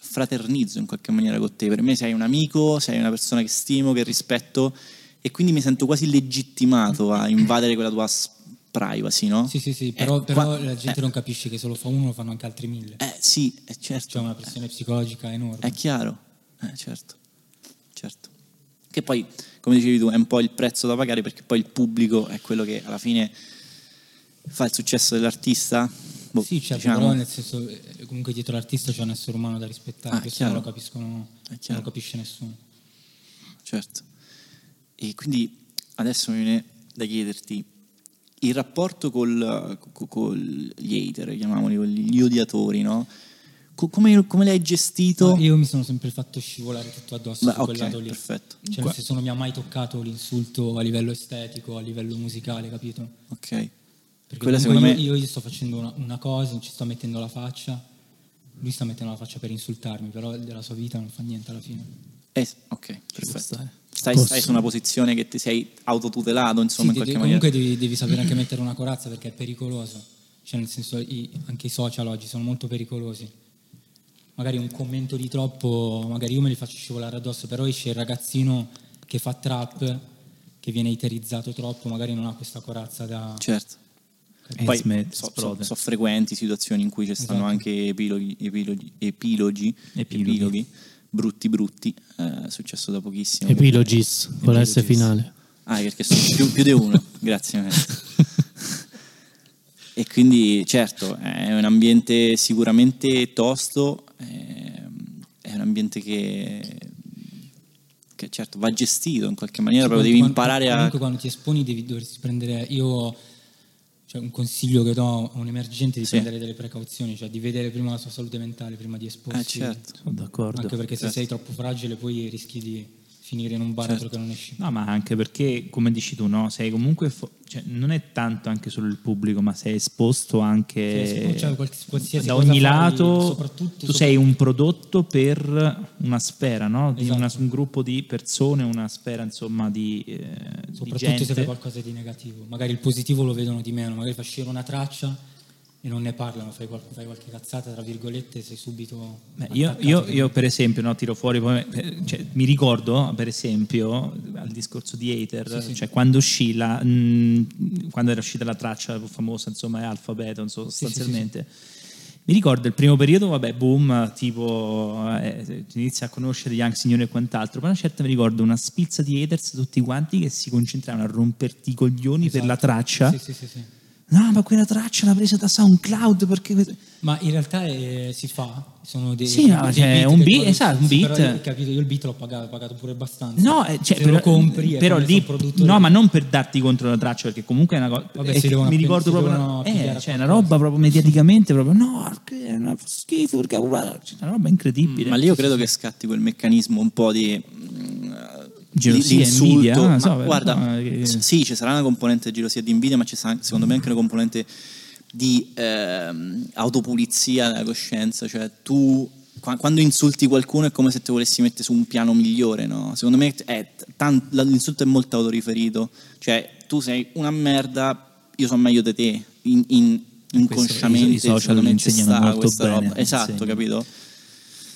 Speaker 3: fraternizzo in qualche maniera con te, per me sei un amico, sei una persona che stimo, che rispetto e quindi mi sento quasi legittimato a invadere quella tua s- privacy, no?
Speaker 4: Sì, sì, sì,
Speaker 3: Eh,
Speaker 4: però, però
Speaker 3: qua-
Speaker 4: la gente non capisce che se lo fa uno lo fanno anche altri mille.
Speaker 3: Eh sì, è certo.
Speaker 4: C'è una pressione psicologica enorme.
Speaker 3: È chiaro, eh, certo, certo. Che poi, come dicevi tu, è un po' il prezzo da pagare perché poi il pubblico è quello che alla fine fa il successo dell'artista. Boh,
Speaker 4: sì, certo,
Speaker 3: diciamo.
Speaker 4: però nel senso, eh, comunque dietro l'artista c'è un essere umano da rispettare,
Speaker 3: Ah,
Speaker 4: questo
Speaker 3: chiaro.
Speaker 4: non lo capiscono, non
Speaker 3: chiaro.
Speaker 4: lo capisce nessuno.
Speaker 3: Certo. E quindi adesso mi viene da chiederti il rapporto col, co- col- gli hater, chiamiamoli, con gli odiatori, no? Co- come, come l'hai gestito?
Speaker 4: Io mi sono sempre fatto scivolare tutto addosso
Speaker 3: Beh,
Speaker 4: su quel lato
Speaker 3: ok,
Speaker 4: lì.
Speaker 3: perfetto.
Speaker 4: Cioè, nel senso non mi ha mai toccato l'insulto a livello estetico, a livello musicale, capito?
Speaker 3: Ok. Eh,
Speaker 4: Perché
Speaker 3: Quella
Speaker 4: comunque
Speaker 3: secondo me...
Speaker 4: io, io gli sto facendo una, una cosa, ci sto mettendo la faccia, lui sta mettendo la faccia per insultarmi, però della sua vita non fa niente alla fine.
Speaker 3: Eh, ok, perfetto.
Speaker 1: stare.
Speaker 4: eh.
Speaker 3: Stai,
Speaker 2: Posso.
Speaker 3: stai su una posizione che ti sei autotutelato, insomma,
Speaker 4: Sì,
Speaker 3: in
Speaker 4: devi-
Speaker 3: qualche maniera.
Speaker 4: comunque devi, devi sapere anche mettere una corazza perché è pericoloso. Cioè, nel senso, i- anche i social oggi sono molto pericolosi. Magari un commento di troppo, magari io me li faccio scivolare addosso, però esce il ragazzino che fa trap, che viene iterizzato troppo, magari non ha questa corazza da...
Speaker 3: Certo. Poi
Speaker 1: Smith,
Speaker 3: so, so-
Speaker 1: esplode.
Speaker 3: so frequenti situazioni in cui ci stanno
Speaker 4: Esatto.
Speaker 3: anche epiloghi, epiloghi, epiloghi,
Speaker 1: Epiloghi.
Speaker 3: epiloghi brutti brutti, eh, è successo da pochissimo.
Speaker 2: Epilogis, con la S
Speaker 3: Epilogis.
Speaker 2: finale.
Speaker 3: Ah, perché sono più, più di uno, grazie. maestro. e quindi, certo, è un ambiente sicuramente tosto, ehm, è un ambiente che, che certo va gestito in qualche maniera, proprio devi
Speaker 4: Quando-
Speaker 3: imparare a...
Speaker 4: Comunque quando ti esponi devi dovresti prendere... Io... Cioè un consiglio che do a un emergente è di
Speaker 3: Sì.
Speaker 4: prendere delle precauzioni, cioè di vedere prima la sua salute mentale prima di esporsi.
Speaker 3: Ah, certo.
Speaker 1: Sono d'accordo.
Speaker 4: Anche perché se
Speaker 3: Certo.
Speaker 4: sei troppo fragile poi rischi di finire in un baratro
Speaker 3: Certo.
Speaker 4: che non esci.
Speaker 1: No, ma anche perché, come dici tu, no, sei comunque, fo- cioè, non è tanto anche solo il pubblico, ma sei esposto
Speaker 4: Sei
Speaker 1: anche
Speaker 4: esposto, cioè, quals- qualsiasi
Speaker 1: da
Speaker 4: cosa
Speaker 1: ogni
Speaker 4: fai,
Speaker 1: lato.
Speaker 4: soprattutto-
Speaker 1: tu sei un prodotto per una sfera, no? Di
Speaker 4: Esatto.
Speaker 1: una- un gruppo di persone, una sfera, insomma, di, eh, di
Speaker 4: Soprattutto se
Speaker 1: gente.
Speaker 4: fai qualcosa di negativo. Magari il positivo lo vedono di meno, magari fa uscire una traccia e non ne parlano, fai, qual- fai qualche cazzata, tra virgolette, e sei subito...
Speaker 1: Beh, io,
Speaker 4: attaccato.
Speaker 1: io- io, per esempio no, tiro fuori poi, eh, cioè, mi ricordo per esempio al discorso di Hater cioè, quando uscì la, mh, quando era uscita la traccia famosa insomma è Alphabeto non so, sostanzialmente mi ricordo il primo periodo vabbè boom tipo eh, ti inizi a conoscere Young Signore e quant'altro poi una certa mi ricordo una spizza di haters tutti quanti che si concentravano a romperti i coglioni per la traccia
Speaker 4: Esatto. Sì, sì, sì, sì.
Speaker 1: no ma quella traccia l'ha presa da SoundCloud perché
Speaker 4: Ma in realtà eh, si fa, sono dei...
Speaker 1: Sì, no,
Speaker 4: dei
Speaker 1: cioè,
Speaker 4: beat
Speaker 1: un
Speaker 4: che
Speaker 1: beat,
Speaker 4: poi-
Speaker 1: esatto, un
Speaker 4: sì,
Speaker 1: beat.
Speaker 4: Però, io, capito, io il beat l'ho pagato, ho pagato pure abbastanza.
Speaker 1: No, eh, cioè,
Speaker 4: se lo compri è
Speaker 1: però
Speaker 4: come se
Speaker 1: lì,
Speaker 4: un produttore-
Speaker 1: no, ma non per darti contro la traccia, perché comunque è una cosa.
Speaker 4: Vabbè,
Speaker 1: eh,
Speaker 4: si devono
Speaker 1: mi
Speaker 4: appen-
Speaker 1: ricordo
Speaker 4: si
Speaker 1: proprio
Speaker 4: devono
Speaker 1: una, eh,
Speaker 4: pigliare
Speaker 1: cioè,
Speaker 4: a
Speaker 1: una roba proprio mediaticamente, proprio no, che è una schifo, perché- cioè, una roba incredibile.
Speaker 3: Mm, Ma lì io credo che scatti quel meccanismo un po' di... mm,
Speaker 1: Gelosia,
Speaker 3: di insulto.
Speaker 1: invidia,
Speaker 3: Ma
Speaker 1: non so, beh,
Speaker 3: guarda,
Speaker 1: no, eh,
Speaker 3: sì, ci sarà una componente di gelosia e di invidia, ma ci sarà secondo me anche una componente di ehm, autopulizia della coscienza, cioè tu qua- quando insulti qualcuno è come se te volessi mettere su un piano migliore, no? Secondo me è t- tan- la- l'insulto è molto autoriferito, cioè tu sei una merda, io sono meglio di te, in- in- inconsciamente
Speaker 1: i social
Speaker 3: secondo me
Speaker 1: mi
Speaker 3: ci
Speaker 1: insegnano
Speaker 3: sta
Speaker 1: molto
Speaker 3: questa
Speaker 1: bene,
Speaker 3: roba. Esatto,
Speaker 1: insegnano.
Speaker 3: capito?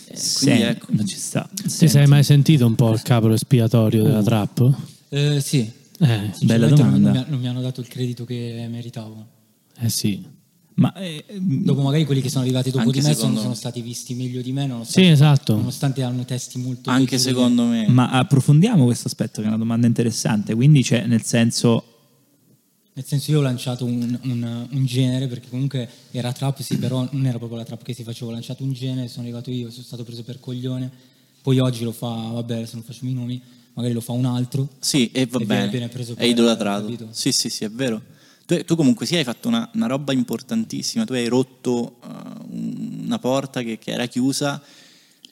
Speaker 3: Eh,
Speaker 1: Sen-
Speaker 3: quindi ecco.
Speaker 1: Cioè, non ci sta.
Speaker 2: Ti
Speaker 1: Senti,
Speaker 2: sei mai sentito un po' il capro espiatorio della trap?
Speaker 4: Eh, sì,
Speaker 2: Eh,
Speaker 1: Bella
Speaker 4: Sinceramente non-
Speaker 1: domanda.
Speaker 4: Non mi, ha- non mi hanno dato il credito che meritavo.
Speaker 2: eh sì.
Speaker 1: Ma eh,
Speaker 4: Dopo magari quelli che sono arrivati dopo
Speaker 3: Anche
Speaker 4: di me
Speaker 3: secondo
Speaker 4: sono,
Speaker 3: me.
Speaker 4: sono stati visti meglio di me, nonostante,
Speaker 2: Sì, esatto.
Speaker 4: nonostante hanno testi molto...
Speaker 3: Anche
Speaker 4: peggiori.
Speaker 3: secondo me.
Speaker 1: ma approfondiamo questo aspetto, che è una domanda interessante. Quindi, cioè, nel senso,
Speaker 4: Nel senso io ho lanciato un, un- un genere, perché comunque era trap, sì, però non era proprio la trap che si faceva, ho lanciato un genere, sono arrivato io, sono stato preso per coglione, poi oggi lo fa, vabbè, adesso non facciamo i nomi, magari lo fa un altro.
Speaker 3: Sì, e va
Speaker 4: E viene-
Speaker 3: bene.
Speaker 4: viene preso
Speaker 3: è
Speaker 4: per-
Speaker 3: idolatrato.
Speaker 4: capito?
Speaker 3: Sì, sì, sì, è vero. Tu, tu comunque sì hai fatto una, una roba importantissima, tu hai rotto eh, una porta che, che era chiusa,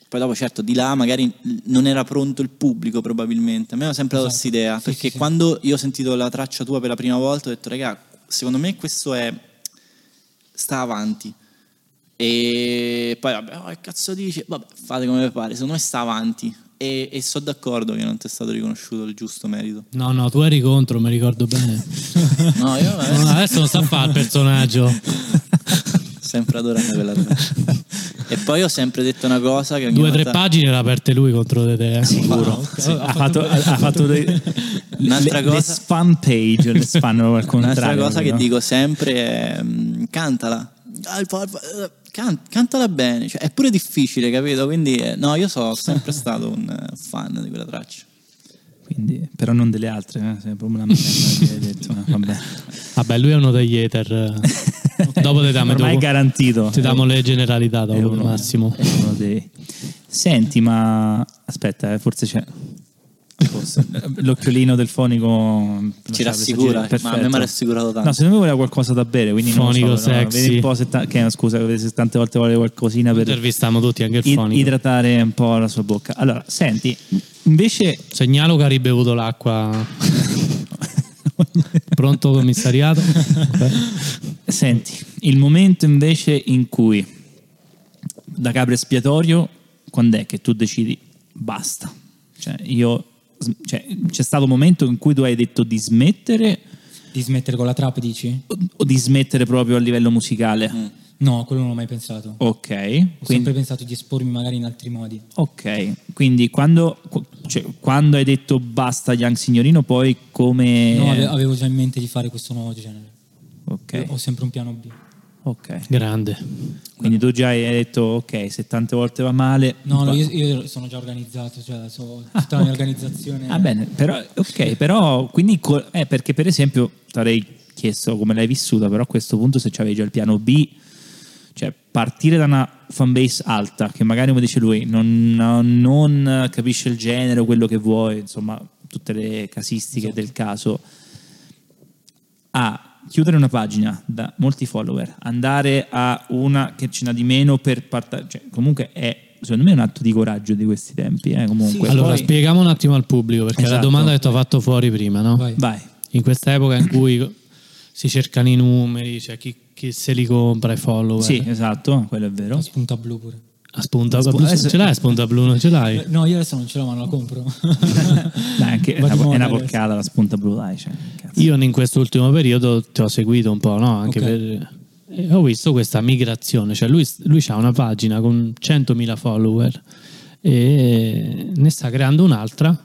Speaker 3: poi dopo certo di là magari non era pronto il pubblico probabilmente, a me era sempre dato
Speaker 4: Esatto.
Speaker 3: questa idea,
Speaker 4: Sì,
Speaker 3: perché
Speaker 4: sì, sì.
Speaker 3: quando io ho sentito la traccia tua per la prima volta ho detto raga, secondo me questo è... sta avanti. E poi vabbè, oh, che cazzo dice? Vabbè, fate come vi pare, secondo me sta avanti. E, e sono d'accordo che non ti è stato riconosciuto il giusto merito.
Speaker 2: No, no, tu eri contro, mi ricordo bene.
Speaker 3: No, io
Speaker 2: No, Ah, adesso non sta a fare il personaggio.
Speaker 3: sempre adorato quella traccia. E poi ho sempre detto una cosa che ogni
Speaker 2: Due o tre
Speaker 3: volta-
Speaker 2: pagine l'ha aperte lui contro di te. eh.
Speaker 1: puro. ha fatto, ha fatto le,
Speaker 3: Un'altra
Speaker 1: le- le
Speaker 3: cosa-
Speaker 1: spam page, le spam al contrario.
Speaker 3: Un'altra cosa che
Speaker 1: no?
Speaker 3: dico sempre è mm, cantala. Alfa, alfa, eh, can- cantala bene, Cioè, è pure difficile, capito? Quindi eh, no, io sono sempre stato un eh, fan di quella traccia.
Speaker 1: Quindi, però non delle altre, eh, sei proprio una merda che hai detto. eh, Vabbè.
Speaker 2: Vabbè, lui è uno degli hater. Dopo ti diamo,
Speaker 1: Eh, Ormai è
Speaker 2: dopo-
Speaker 1: garantito.
Speaker 2: ti diamo le generalità dopo, Eh,
Speaker 1: uno-
Speaker 2: Massimo.
Speaker 1: è uno dei- Senti, ma aspetta, eh, forse c'è. forse. eh, L'occhiolino del fonico eh,
Speaker 3: Ci rassicura, ma a me mi ha rassicurato tanto.
Speaker 1: No, secondo me voleva qualcosa da bere, quindi
Speaker 2: Fonico
Speaker 1: non lo so, però
Speaker 2: sexy.
Speaker 1: vedi un po' se ta- che, scusa, vedi se tante volte vuole qualcosina per
Speaker 2: Intervistiamo tutti, anche il
Speaker 1: i-
Speaker 2: fonico.
Speaker 1: idratare un po' la sua bocca. Allora, senti, invece
Speaker 2: Segnalo che ha ribevuto l'acqua. Pronto commissariato?
Speaker 1: Senti, il momento invece in cui da capro espiatorio, quando è che tu decidi basta? Cioè, io, cioè, c'è stato un momento in cui tu hai detto di smettere
Speaker 4: Di smettere con la trap, dici?
Speaker 1: o, o di smettere proprio a livello musicale?
Speaker 4: No, quello non l'ho mai pensato. Mm. Ho
Speaker 1: Ok, quindi,
Speaker 4: sempre pensato di espormi magari in altri modi.
Speaker 1: ok, quindi quando, qu- cioè, quando hai detto basta Young Signorino, poi come...
Speaker 3: Eh.
Speaker 4: No, ave- avevo già in mente di fare questo nuovo genere.
Speaker 1: Ok.
Speaker 4: Ho sempre un piano B.
Speaker 1: ok.
Speaker 2: Grande.
Speaker 1: Quindi tu già hai detto, ok, se tante volte va male...
Speaker 4: No, no,
Speaker 1: va-
Speaker 4: io, io sono già organizzato, cioè so, tutta la
Speaker 1: ok.
Speaker 4: mia organizzazione.
Speaker 1: Ah, bene, però, ok, però quindi co- eh, perché per esempio ti avrei chiesto come l'hai vissuta, però a questo punto se c'avevi già il piano B, cioè partire da una fanbase alta che magari come dice lui non, non capisce il genere, o quello che vuoi, insomma tutte le casistiche
Speaker 4: Esatto.
Speaker 1: del caso, a chiudere una pagina da molti follower, andare a una che ce n'ha di meno per partire, cioè, comunque è secondo me un atto di coraggio di questi tempi, eh, comunque.
Speaker 4: Sì,
Speaker 2: Allora,
Speaker 1: Poi-
Speaker 2: spieghiamo un attimo al pubblico, perché è la
Speaker 1: Esatto.
Speaker 2: domanda che ti ho fatto fuori prima, no?
Speaker 4: Vai.
Speaker 1: Vai.
Speaker 2: In questa epoca in cui si cercano i numeri, cioè chi, chi se li compra, i follower.
Speaker 1: Sì, esatto, quello è vero.
Speaker 4: La spunta blu pure.
Speaker 2: A spunta,
Speaker 1: Aspu-
Speaker 2: blu,
Speaker 1: adesso-
Speaker 2: ce l'hai a spunta blu, non ce l'hai?
Speaker 4: Eh, No, io adesso non ce l'ho, ma non la compro.
Speaker 1: Dai, anche è
Speaker 4: Va
Speaker 1: una,
Speaker 4: di
Speaker 1: è
Speaker 4: moda
Speaker 1: una
Speaker 4: adesso.
Speaker 1: porcata la spunta blu, dai. Cioè, cazzo.
Speaker 2: Io in quest'ultimo periodo ti ho seguito un po', no? Anche
Speaker 4: Ok.
Speaker 2: per- e ho visto questa migrazione, cioè lui, lui ha una pagina con 100.000 follower e ne sta creando un'altra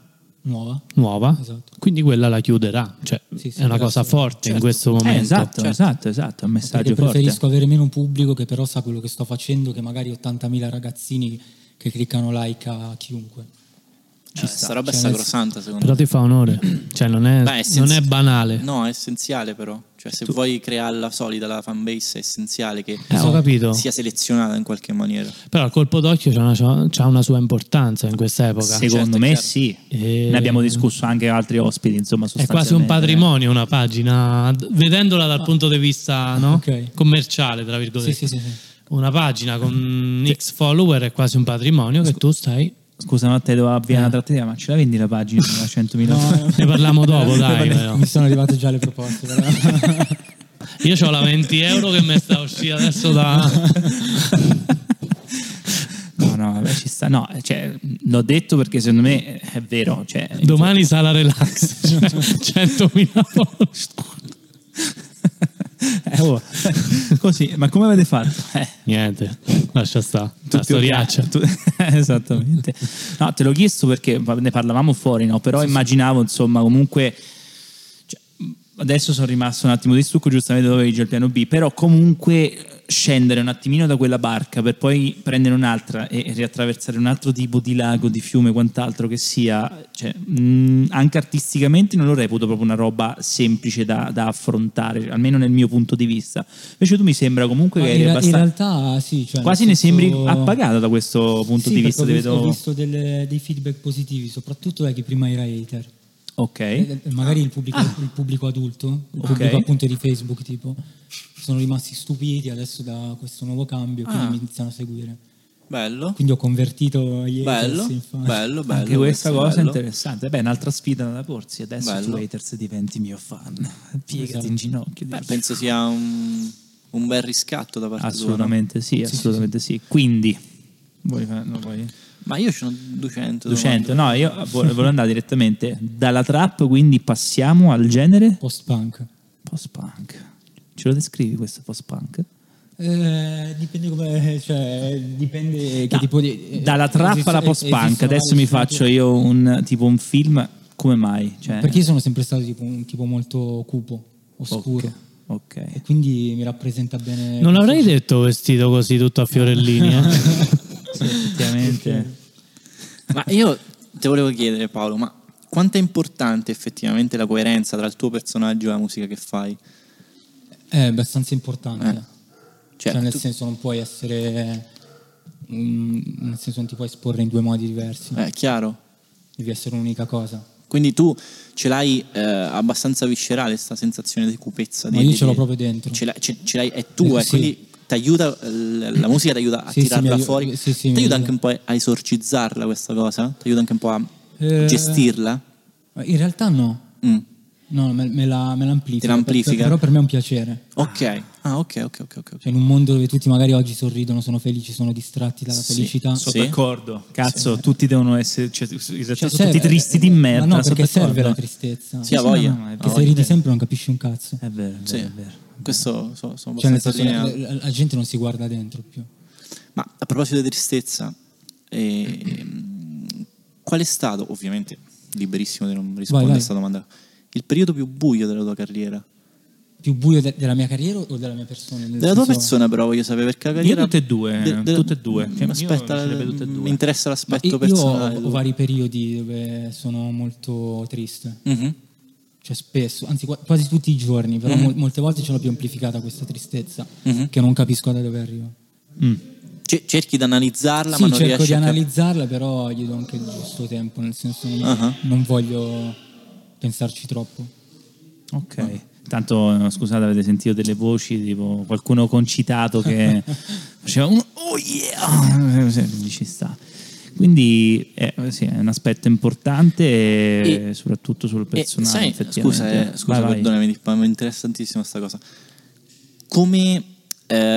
Speaker 4: Nuova.
Speaker 2: nuova,
Speaker 4: Esatto.
Speaker 2: quindi quella la chiuderà, cioè
Speaker 4: Sì, sì,
Speaker 2: è una
Speaker 4: grazie.
Speaker 2: cosa forte in
Speaker 4: Certo.
Speaker 2: questo momento.
Speaker 1: Eh, esatto,
Speaker 2: Cioè,
Speaker 1: esatto, esatto, è un
Speaker 4: Perché
Speaker 1: messaggio
Speaker 4: preferisco
Speaker 1: forte.
Speaker 4: avere meno un pubblico che però sa quello che sto facendo che magari 80.000 ragazzini che cliccano like a chiunque.
Speaker 3: Eh, sta roba è
Speaker 4: Cioè, nel-
Speaker 3: sacrosanta secondo
Speaker 2: Però ti fa onore, cioè non
Speaker 3: Beh,
Speaker 2: è,
Speaker 3: è
Speaker 2: non è
Speaker 3: senza-
Speaker 2: banale.
Speaker 3: me. No, è essenziale però. Cioè, se vuoi crearla solida la fanbase è essenziale che
Speaker 2: Eh, ho capito.
Speaker 3: sia selezionata in qualche maniera.
Speaker 2: Però il colpo d'occhio c'ha una, c'ha una sua importanza in questa epoca.
Speaker 1: Secondo
Speaker 3: Certo, è
Speaker 1: me
Speaker 3: chiaro.
Speaker 1: sì.
Speaker 2: E-
Speaker 1: Ne abbiamo discusso anche con altri ospiti, insomma,
Speaker 2: È quasi un
Speaker 1: sostanzialmente.
Speaker 2: patrimonio una pagina, d- vedendola dal punto di vista no?
Speaker 4: Ok.
Speaker 2: commerciale, tra virgolette.
Speaker 4: Sì, sì, sì, sì.
Speaker 2: Una pagina con X follower è quasi un patrimonio che tu stai...
Speaker 1: Scusa, ma te devo avviare una trattoria, ma ce la vendi la pagina a 100.000
Speaker 4: No,
Speaker 2: Ne parliamo dopo, dai. però.
Speaker 4: Mi sono arrivate già le proposte. però.
Speaker 2: Io ho la 20 euro che mi sta uscendo adesso da...
Speaker 1: No, no, vabbè, ci sta. No, cioè, l'ho detto perché secondo me è vero. Cioè,
Speaker 2: Domani sala relax, cioè, 100.000 follower.
Speaker 1: Eh, oh, così, ma come avete fatto? Eh.
Speaker 2: Niente, lascia sta. La storiaccia.
Speaker 1: Tu- esattamente. No, te l'ho chiesto perché va- ne parlavamo fuori, no? però immaginavo, insomma, comunque... cioè, adesso sono rimasto un attimo di stucco, giustamente dove avevi già il piano B, però comunque scendere un attimino da quella barca per poi prendere un'altra e e riattraversare un altro tipo di lago, di fiume, quant'altro che sia, cioè, mh, anche artisticamente non lo reputo proprio una roba semplice da, da affrontare, almeno nel mio punto di vista. Invece tu mi sembra comunque
Speaker 4: Ma
Speaker 1: che
Speaker 4: in,
Speaker 1: eri
Speaker 4: ra- in
Speaker 1: abbastanza...
Speaker 4: realtà sì. Cioè, nel
Speaker 1: Quasi ne
Speaker 4: senso-
Speaker 1: sembri appagato da questo punto
Speaker 4: Sì,
Speaker 1: di
Speaker 4: perché
Speaker 1: vista.
Speaker 4: Ho
Speaker 1: ti
Speaker 4: visto,
Speaker 1: vedo-
Speaker 4: ho visto delle- dei feedback positivi, soprattutto da chi prima era hater.
Speaker 1: Ok.
Speaker 4: Eh, eh, Magari il pubblico, il pubblico adulto, il
Speaker 1: Ah. Ok.
Speaker 4: pubblico appunto di Facebook, tipo, sono rimasti stupiti adesso da questo nuovo cambio, quindi
Speaker 3: Ah.
Speaker 4: mi iniziano a seguire.
Speaker 3: Bello.
Speaker 4: Quindi ho convertito gli
Speaker 3: Bello,
Speaker 4: haters, infatti.
Speaker 3: bello, bello.
Speaker 1: Anche questa
Speaker 3: questo
Speaker 1: cosa è
Speaker 3: bello.
Speaker 1: interessante. Beh, un'altra sfida da porsi. Adesso
Speaker 3: Bello.
Speaker 1: tu haters diventi mio fan. Piegati
Speaker 4: Esatto.
Speaker 1: in ginocchio.
Speaker 3: Beh, penso sia un, un bel riscatto da parte
Speaker 1: assolutamente sì, assolutamente sì. Quindi, vuoi fare- no, vuoi?
Speaker 3: tua. no? Ma io sono 200.
Speaker 1: Ducento, no, io vo- volevo andare direttamente dalla trap, quindi passiamo al genere
Speaker 4: Post-punk.
Speaker 1: post-punk. Ce lo descrivi questo post-punk?
Speaker 4: Eh, dipende come, cioè, dipende che
Speaker 1: No,
Speaker 4: tipo di... eh,
Speaker 1: dalla trap alla post-punk. Adesso mi faccio
Speaker 4: io
Speaker 1: io un tipo un film. Come mai? Cioè,
Speaker 4: Perché io sono sempre stato tipo, un tipo molto cupo, oscuro.
Speaker 1: Ok.
Speaker 4: E quindi mi rappresenta bene.
Speaker 2: Non l'avrei detto vestito così tutto a fiorellini. eh?
Speaker 1: Sì, effettivamente.
Speaker 3: Ma io ti volevo chiedere, Paolo, ma quanto è importante effettivamente la coerenza tra il tuo personaggio e la musica che fai?
Speaker 4: È abbastanza importante.
Speaker 3: Eh.
Speaker 4: Cioè,
Speaker 3: Cioè,
Speaker 4: nel
Speaker 3: tu-
Speaker 4: senso non puoi essere. mm, nel senso non ti puoi esporre in due modi diversi.
Speaker 3: eh, chiaro.
Speaker 4: Devi essere un'unica cosa.
Speaker 3: Quindi tu ce l'hai eh, abbastanza viscerale, questa sensazione di cupezza.
Speaker 4: Ma
Speaker 3: di-
Speaker 4: io
Speaker 3: di-
Speaker 4: ce l'ho proprio dentro.
Speaker 3: Ce l'hai, ce- ce l'hai- è tua,
Speaker 4: Eh,
Speaker 3: e
Speaker 4: sì.
Speaker 3: quindi ti aiuta, la musica ti aiuta a
Speaker 4: Sì, sì, mi
Speaker 3: tirarla
Speaker 4: aiuta-
Speaker 3: fuori.
Speaker 4: sì, sì,
Speaker 3: ti
Speaker 4: mi
Speaker 3: aiuta
Speaker 4: aiuta.
Speaker 3: anche un po' a esorcizzarla questa cosa? Ti aiuta anche un po' a
Speaker 4: Eh.
Speaker 3: gestirla?
Speaker 4: Ma In realtà no.
Speaker 3: Mm.
Speaker 4: No, me, me la, me l'amplifica.
Speaker 3: Te la amplifica?
Speaker 4: Per- Però per me è un piacere.
Speaker 3: Ok, ah, ok, ok, ok. ok.
Speaker 4: Cioè, in un mondo dove tutti magari oggi sorridono, sono felici, sono distratti dalla
Speaker 3: Sì,
Speaker 4: felicità.
Speaker 1: Sono
Speaker 3: Sì.
Speaker 1: d'accordo. Cazzo, tutti devono essere. cioè, in realtà
Speaker 4: Cioè,
Speaker 1: sono tutti
Speaker 4: serve-
Speaker 1: tristi di
Speaker 4: ma
Speaker 1: merda.
Speaker 4: No,
Speaker 1: sono
Speaker 4: perché serve la
Speaker 1: d'accordo.
Speaker 4: tristezza.
Speaker 3: Sì, ha voglia.
Speaker 1: no, no, è
Speaker 4: Che
Speaker 1: vero.
Speaker 4: se ridi sempre non capisci un cazzo.
Speaker 1: È vero, è vero,
Speaker 3: Sì.
Speaker 1: è vero.
Speaker 3: Questo so- sono
Speaker 4: Cioè, nel
Speaker 3: abbastanza
Speaker 4: senso, la,
Speaker 3: lineare.
Speaker 4: la- la gente non si guarda dentro più.
Speaker 3: Ma a proposito di tristezza, eh, ehm, qual è stato, ovviamente, liberissimo di non rispondere a
Speaker 4: vai.
Speaker 3: questa domanda, il periodo più buio della tua carriera?
Speaker 4: più buio de- della mia carriera o della mia persona? Nel
Speaker 3: Della tua
Speaker 4: senso-
Speaker 3: persona però voglio sapere perché la carriera...
Speaker 1: tutte e due,
Speaker 3: de- de-
Speaker 1: tutte e due, che
Speaker 3: aspetta,
Speaker 1: io sarebbe tutte e due.
Speaker 3: Mi interessa
Speaker 4: Ma
Speaker 3: l'aspetto
Speaker 4: io
Speaker 3: personale.
Speaker 4: ho, ho vari periodi dove sono molto triste,
Speaker 3: Mhm.
Speaker 4: cioè spesso, anzi qua- quasi tutti i giorni, però
Speaker 3: Mm-hmm.
Speaker 4: mol- molte volte ce l'ho più amplificata questa tristezza
Speaker 3: Mhm.
Speaker 4: che non capisco da dove arriva.
Speaker 3: Ce- cerchi di analizzarla ma
Speaker 4: sì,
Speaker 3: non
Speaker 4: cerco
Speaker 3: riesci
Speaker 4: di
Speaker 3: a cap-
Speaker 4: analizzarla, però gli do anche il giusto tempo, nel senso non,
Speaker 3: Ah.
Speaker 4: non voglio pensarci troppo.
Speaker 1: Ok. Tanto eh, scusate, avete sentito delle voci, tipo qualcuno concitato che faceva un oh yeah! Quindi Ci sta. Quindi eh, sì, è un aspetto importante, eh,
Speaker 3: E-
Speaker 1: soprattutto sul
Speaker 3: Eh,
Speaker 1: personale.
Speaker 3: sai,
Speaker 1: effettivamente.
Speaker 3: scusa, eh, scusa
Speaker 1: Vai, vai.
Speaker 3: perdonami, Nick, ma mi interessa tantissimo questa cosa. Come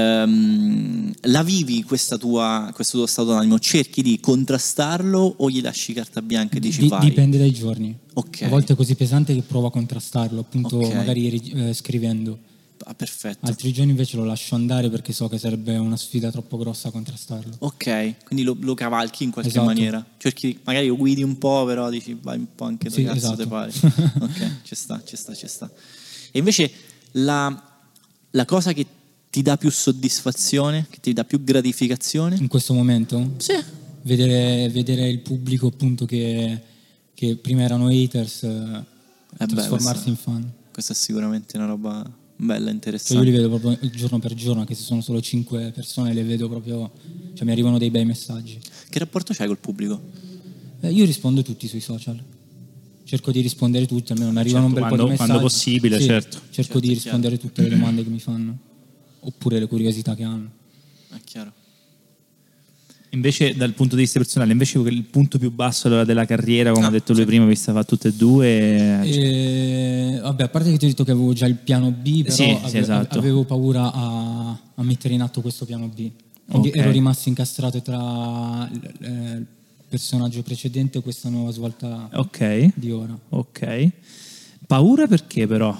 Speaker 3: ehm, la vivi questa tua, questo tuo stato d'animo? Cerchi di contrastarlo o gli lasci carta bianca e dici
Speaker 4: Di-
Speaker 3: vai?
Speaker 4: dipende dai giorni.
Speaker 3: Ok.
Speaker 4: A volte è così pesante che provo a contrastarlo, appunto
Speaker 3: Ok.
Speaker 4: magari ri- eh, scrivendo.
Speaker 3: Ah, perfetto.
Speaker 4: Altri giorni invece lo lascio andare perché so che sarebbe una sfida troppo grossa contrastarlo.
Speaker 3: Ok, quindi lo, lo cavalchi in qualche
Speaker 4: Esatto.
Speaker 3: maniera. Cerchi, magari lo guidi un po', però dici vai un po' anche da
Speaker 4: Sì,
Speaker 3: cazzo
Speaker 4: esatto.
Speaker 3: te pare. ok, ci sta, ci sta, ci sta. E invece la, la cosa che ti dà più soddisfazione, che ti dà più gratificazione?
Speaker 4: In questo momento?
Speaker 3: Sì.
Speaker 4: Vedere, vedere il pubblico appunto che, che prima erano haters eh,
Speaker 3: beh,
Speaker 4: trasformarsi
Speaker 3: questo-
Speaker 4: in fan.
Speaker 3: Questa è sicuramente una roba bella,
Speaker 4: Cioè io
Speaker 3: interessante.
Speaker 4: li vedo proprio il giorno per giorno, anche se sono solo 5 persone, le vedo proprio, cioè mi arrivano dei bei messaggi.
Speaker 3: Che rapporto c'hai col pubblico?
Speaker 4: Eh, io rispondo tutti sui social. Cerco di rispondere tutti, almeno mi arrivano
Speaker 1: Certo,
Speaker 4: un bel po' di
Speaker 1: quando-
Speaker 4: messaggi.
Speaker 1: quando possibile,
Speaker 4: Sì,
Speaker 1: certo.
Speaker 4: Cerco di rispondere a tutte le domande che mi fanno, oppure le curiosità che hanno.
Speaker 3: È chiaro.
Speaker 1: Invece, dal punto di vista personale, invece il punto più basso allora, della carriera, come ha detto lui prima, vista fa tutte e due. cioè,
Speaker 4: E, Eh, vabbè, a parte che ti ho detto che avevo già il piano B, però
Speaker 1: Sì, sì,
Speaker 4: ave-
Speaker 1: esatto.
Speaker 4: avevo paura a, a mettere in atto questo piano B. Quindi
Speaker 1: Ok.
Speaker 4: ero rimasto incastrato tra l- eh, il personaggio precedente e questa nuova svolta
Speaker 1: ok.
Speaker 4: di ora.
Speaker 1: Ok. Paura perché però?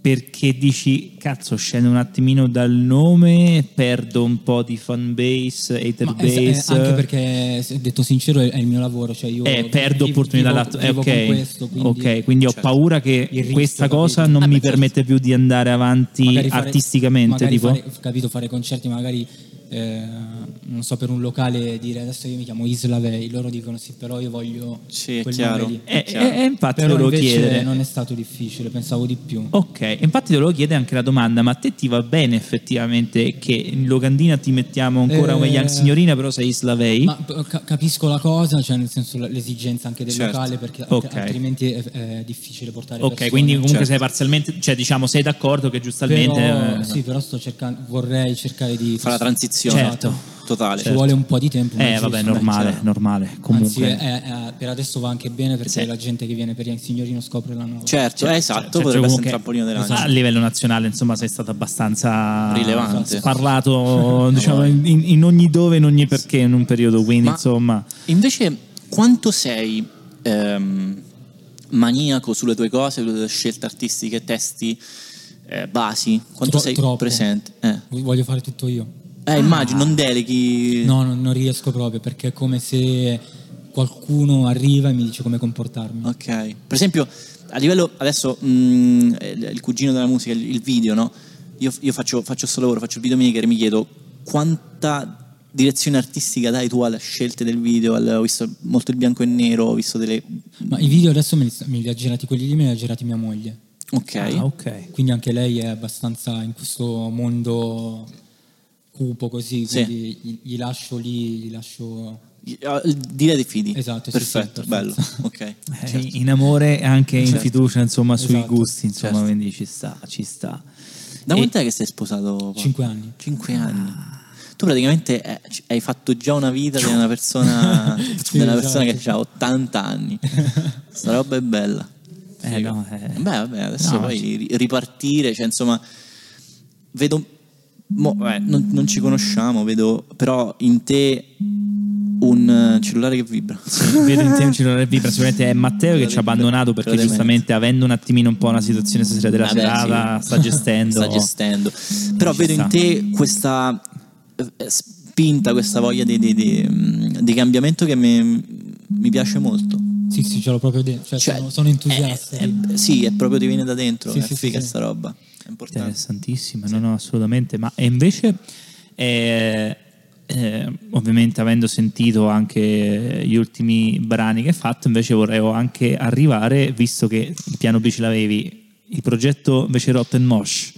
Speaker 1: Perché dici, cazzo, scendo un attimino dal nome, perdo un po' di fanbase, hater
Speaker 4: Ma
Speaker 1: base.
Speaker 4: es- eh, anche perché, se- detto sincero, è, è il mio lavoro. Cioè io
Speaker 1: Eh, perdo
Speaker 4: vi-
Speaker 1: opportunità
Speaker 4: vivo-
Speaker 1: lato- eh,
Speaker 4: vivo
Speaker 1: ok,
Speaker 4: con questo, quindi certo.
Speaker 1: ok, quindi ho paura che
Speaker 4: rischio,
Speaker 1: questa
Speaker 4: capito?
Speaker 1: cosa non
Speaker 4: Eh,
Speaker 1: mi
Speaker 4: beh, certo.
Speaker 1: permette più di andare avanti
Speaker 4: magari fare-
Speaker 1: artisticamente.
Speaker 4: magari
Speaker 1: Tipo,
Speaker 4: fare- capito, fare concerti magari, eh, non so, per un locale dire adesso io mi chiamo Isla Vey, loro dicono sì, però io voglio
Speaker 3: Sì, è
Speaker 4: quel
Speaker 3: chiaro.
Speaker 4: nome lì.
Speaker 1: Eh,
Speaker 3: chiaro.
Speaker 1: eh, eh, infatti,
Speaker 4: Però
Speaker 1: volevo
Speaker 4: invece
Speaker 1: chiedere.
Speaker 4: non è stato difficile, pensavo di più.
Speaker 1: Ok, infatti te lo chiede anche la domanda, ma a te ti va bene effettivamente che in locandina ti mettiamo ancora
Speaker 4: Eh.
Speaker 1: come Young Signorina, però sei Slavei?
Speaker 4: Ma p- ca- capisco la cosa, cioè nel senso la- l'esigenza anche del
Speaker 3: Certo.
Speaker 4: locale, perché alt-
Speaker 1: Ok.
Speaker 4: altrimenti è, è difficile portare
Speaker 1: Ok,
Speaker 4: persone.
Speaker 1: quindi comunque
Speaker 3: Certo.
Speaker 1: sei parzialmente, cioè diciamo sei d'accordo che giustamente...
Speaker 4: però,
Speaker 1: eh,
Speaker 4: sì, però sto cercando, vorrei cercare di Esatto.
Speaker 3: Fa la transizione
Speaker 1: Certo.
Speaker 3: totale.
Speaker 4: Ci vuole un po' di tempo. ma è
Speaker 1: Eh vabbè,
Speaker 4: giusto.
Speaker 1: normale,
Speaker 3: certo.
Speaker 1: normale. Comunque...
Speaker 4: Anzi, eh, è- è- è- per adesso va anche bene perché la gente che viene per Young Signorino scopre la nuova.
Speaker 3: Certo, eh, esatto,
Speaker 1: Cioè,
Speaker 3: potrebbe
Speaker 1: comunque-
Speaker 3: essere un trampolino di
Speaker 4: Esatto.
Speaker 3: lancio.
Speaker 1: A livello nazionale, insomma, sei stato abbastanza
Speaker 3: Rilevante.
Speaker 1: Parlato diciamo, in, in ogni dove, in ogni perché, in un periodo. Quindi,
Speaker 3: Ma-
Speaker 1: insomma, eh,
Speaker 3: Invece, quanto sei ehm, maniaco sulle tue cose, sulle tue scelte artistiche, testi, eh, basi? Quanto
Speaker 4: Tro-
Speaker 3: sei
Speaker 4: troppo. Ah.
Speaker 3: presente? Eh,
Speaker 4: Voglio fare tutto io.
Speaker 3: Eh, immagino, non deleghi.
Speaker 4: No, non, non riesco proprio perché è come se qualcuno arriva e mi dice come comportarmi.
Speaker 3: Ok. Per esempio, a livello adesso mh, eh, il cugino della musica, il, il video, no? Io, io faccio, faccio questo lavoro, faccio il videomaker e mi chiedo quanta direzione artistica dai tu alle scelte del video, al- ho visto molto il bianco e nero, ho visto delle...
Speaker 4: Ma i video adesso me li, me li ha girati quelli lì, me li ha girati mia moglie.
Speaker 3: Ok.
Speaker 1: ah, ok.
Speaker 4: Quindi anche lei è abbastanza in questo mondo cupo così,
Speaker 3: Sì.
Speaker 4: quindi gli, gli lascio lì, gli lascio...
Speaker 3: Ah, il- Dire dei fidi.
Speaker 4: Esatto, sì, sì,
Speaker 3: perfetto,
Speaker 4: per
Speaker 3: bello.
Speaker 4: forza.
Speaker 3: Ok.
Speaker 1: Eh, In amore e anche in
Speaker 3: Certo.
Speaker 1: fiducia, insomma, sui
Speaker 4: Esatto,
Speaker 1: gusti, insomma,
Speaker 3: certo.
Speaker 1: quindi ci sta, ci sta.
Speaker 3: Da
Speaker 1: E-
Speaker 3: quant'è che sei sposato? Paolo?
Speaker 4: Cinque anni.
Speaker 3: Cinque anni. Tu praticamente eh, c- hai fatto già una vita di una persona,
Speaker 4: Sì,
Speaker 3: di una persona
Speaker 4: esatto.
Speaker 3: che ha 80 anni. Sta roba è bella.
Speaker 1: Eh,
Speaker 3: Figo.
Speaker 1: no, eh.
Speaker 3: Beh, vabbè, adesso
Speaker 1: No,
Speaker 3: poi ri- ripartire, cioè insomma, vedo... mo- eh, non, non ci conosciamo, vedo però in te un eh, cellulare che vibra.
Speaker 1: Vedo in te un cellulare vibra, sicuramente è Matteo che ci ha abbandonato perché
Speaker 3: Veramente.
Speaker 1: giustamente avendo un attimino un po' una situazione stasera della
Speaker 3: Vabbè,
Speaker 1: serata
Speaker 3: sì.
Speaker 1: sta gestendo.
Speaker 3: Sta gestendo. Però
Speaker 1: Ci
Speaker 3: vedo
Speaker 1: sta.
Speaker 3: in te questa eh, spinta, questa voglia di, di- di, mm, di cambiamento che mi, mi piace molto.
Speaker 4: Sì, sì, ce l'ho proprio dentro, cioè,
Speaker 3: Cioè,
Speaker 4: sono, sono entusiasta.
Speaker 3: Eh, sì, è proprio ti viene da dentro,
Speaker 4: Sì,
Speaker 3: è
Speaker 4: sì, sì,
Speaker 3: figa
Speaker 4: sì.
Speaker 3: sta roba. È importante.
Speaker 1: Interessantissima, no, no, assolutamente. Ma e invece, eh, eh, ovviamente avendo sentito anche gli ultimi brani che hai fatto, invece vorrei anche arrivare, visto che il piano B ce l'avevi, il progetto invece Rotten Mosh.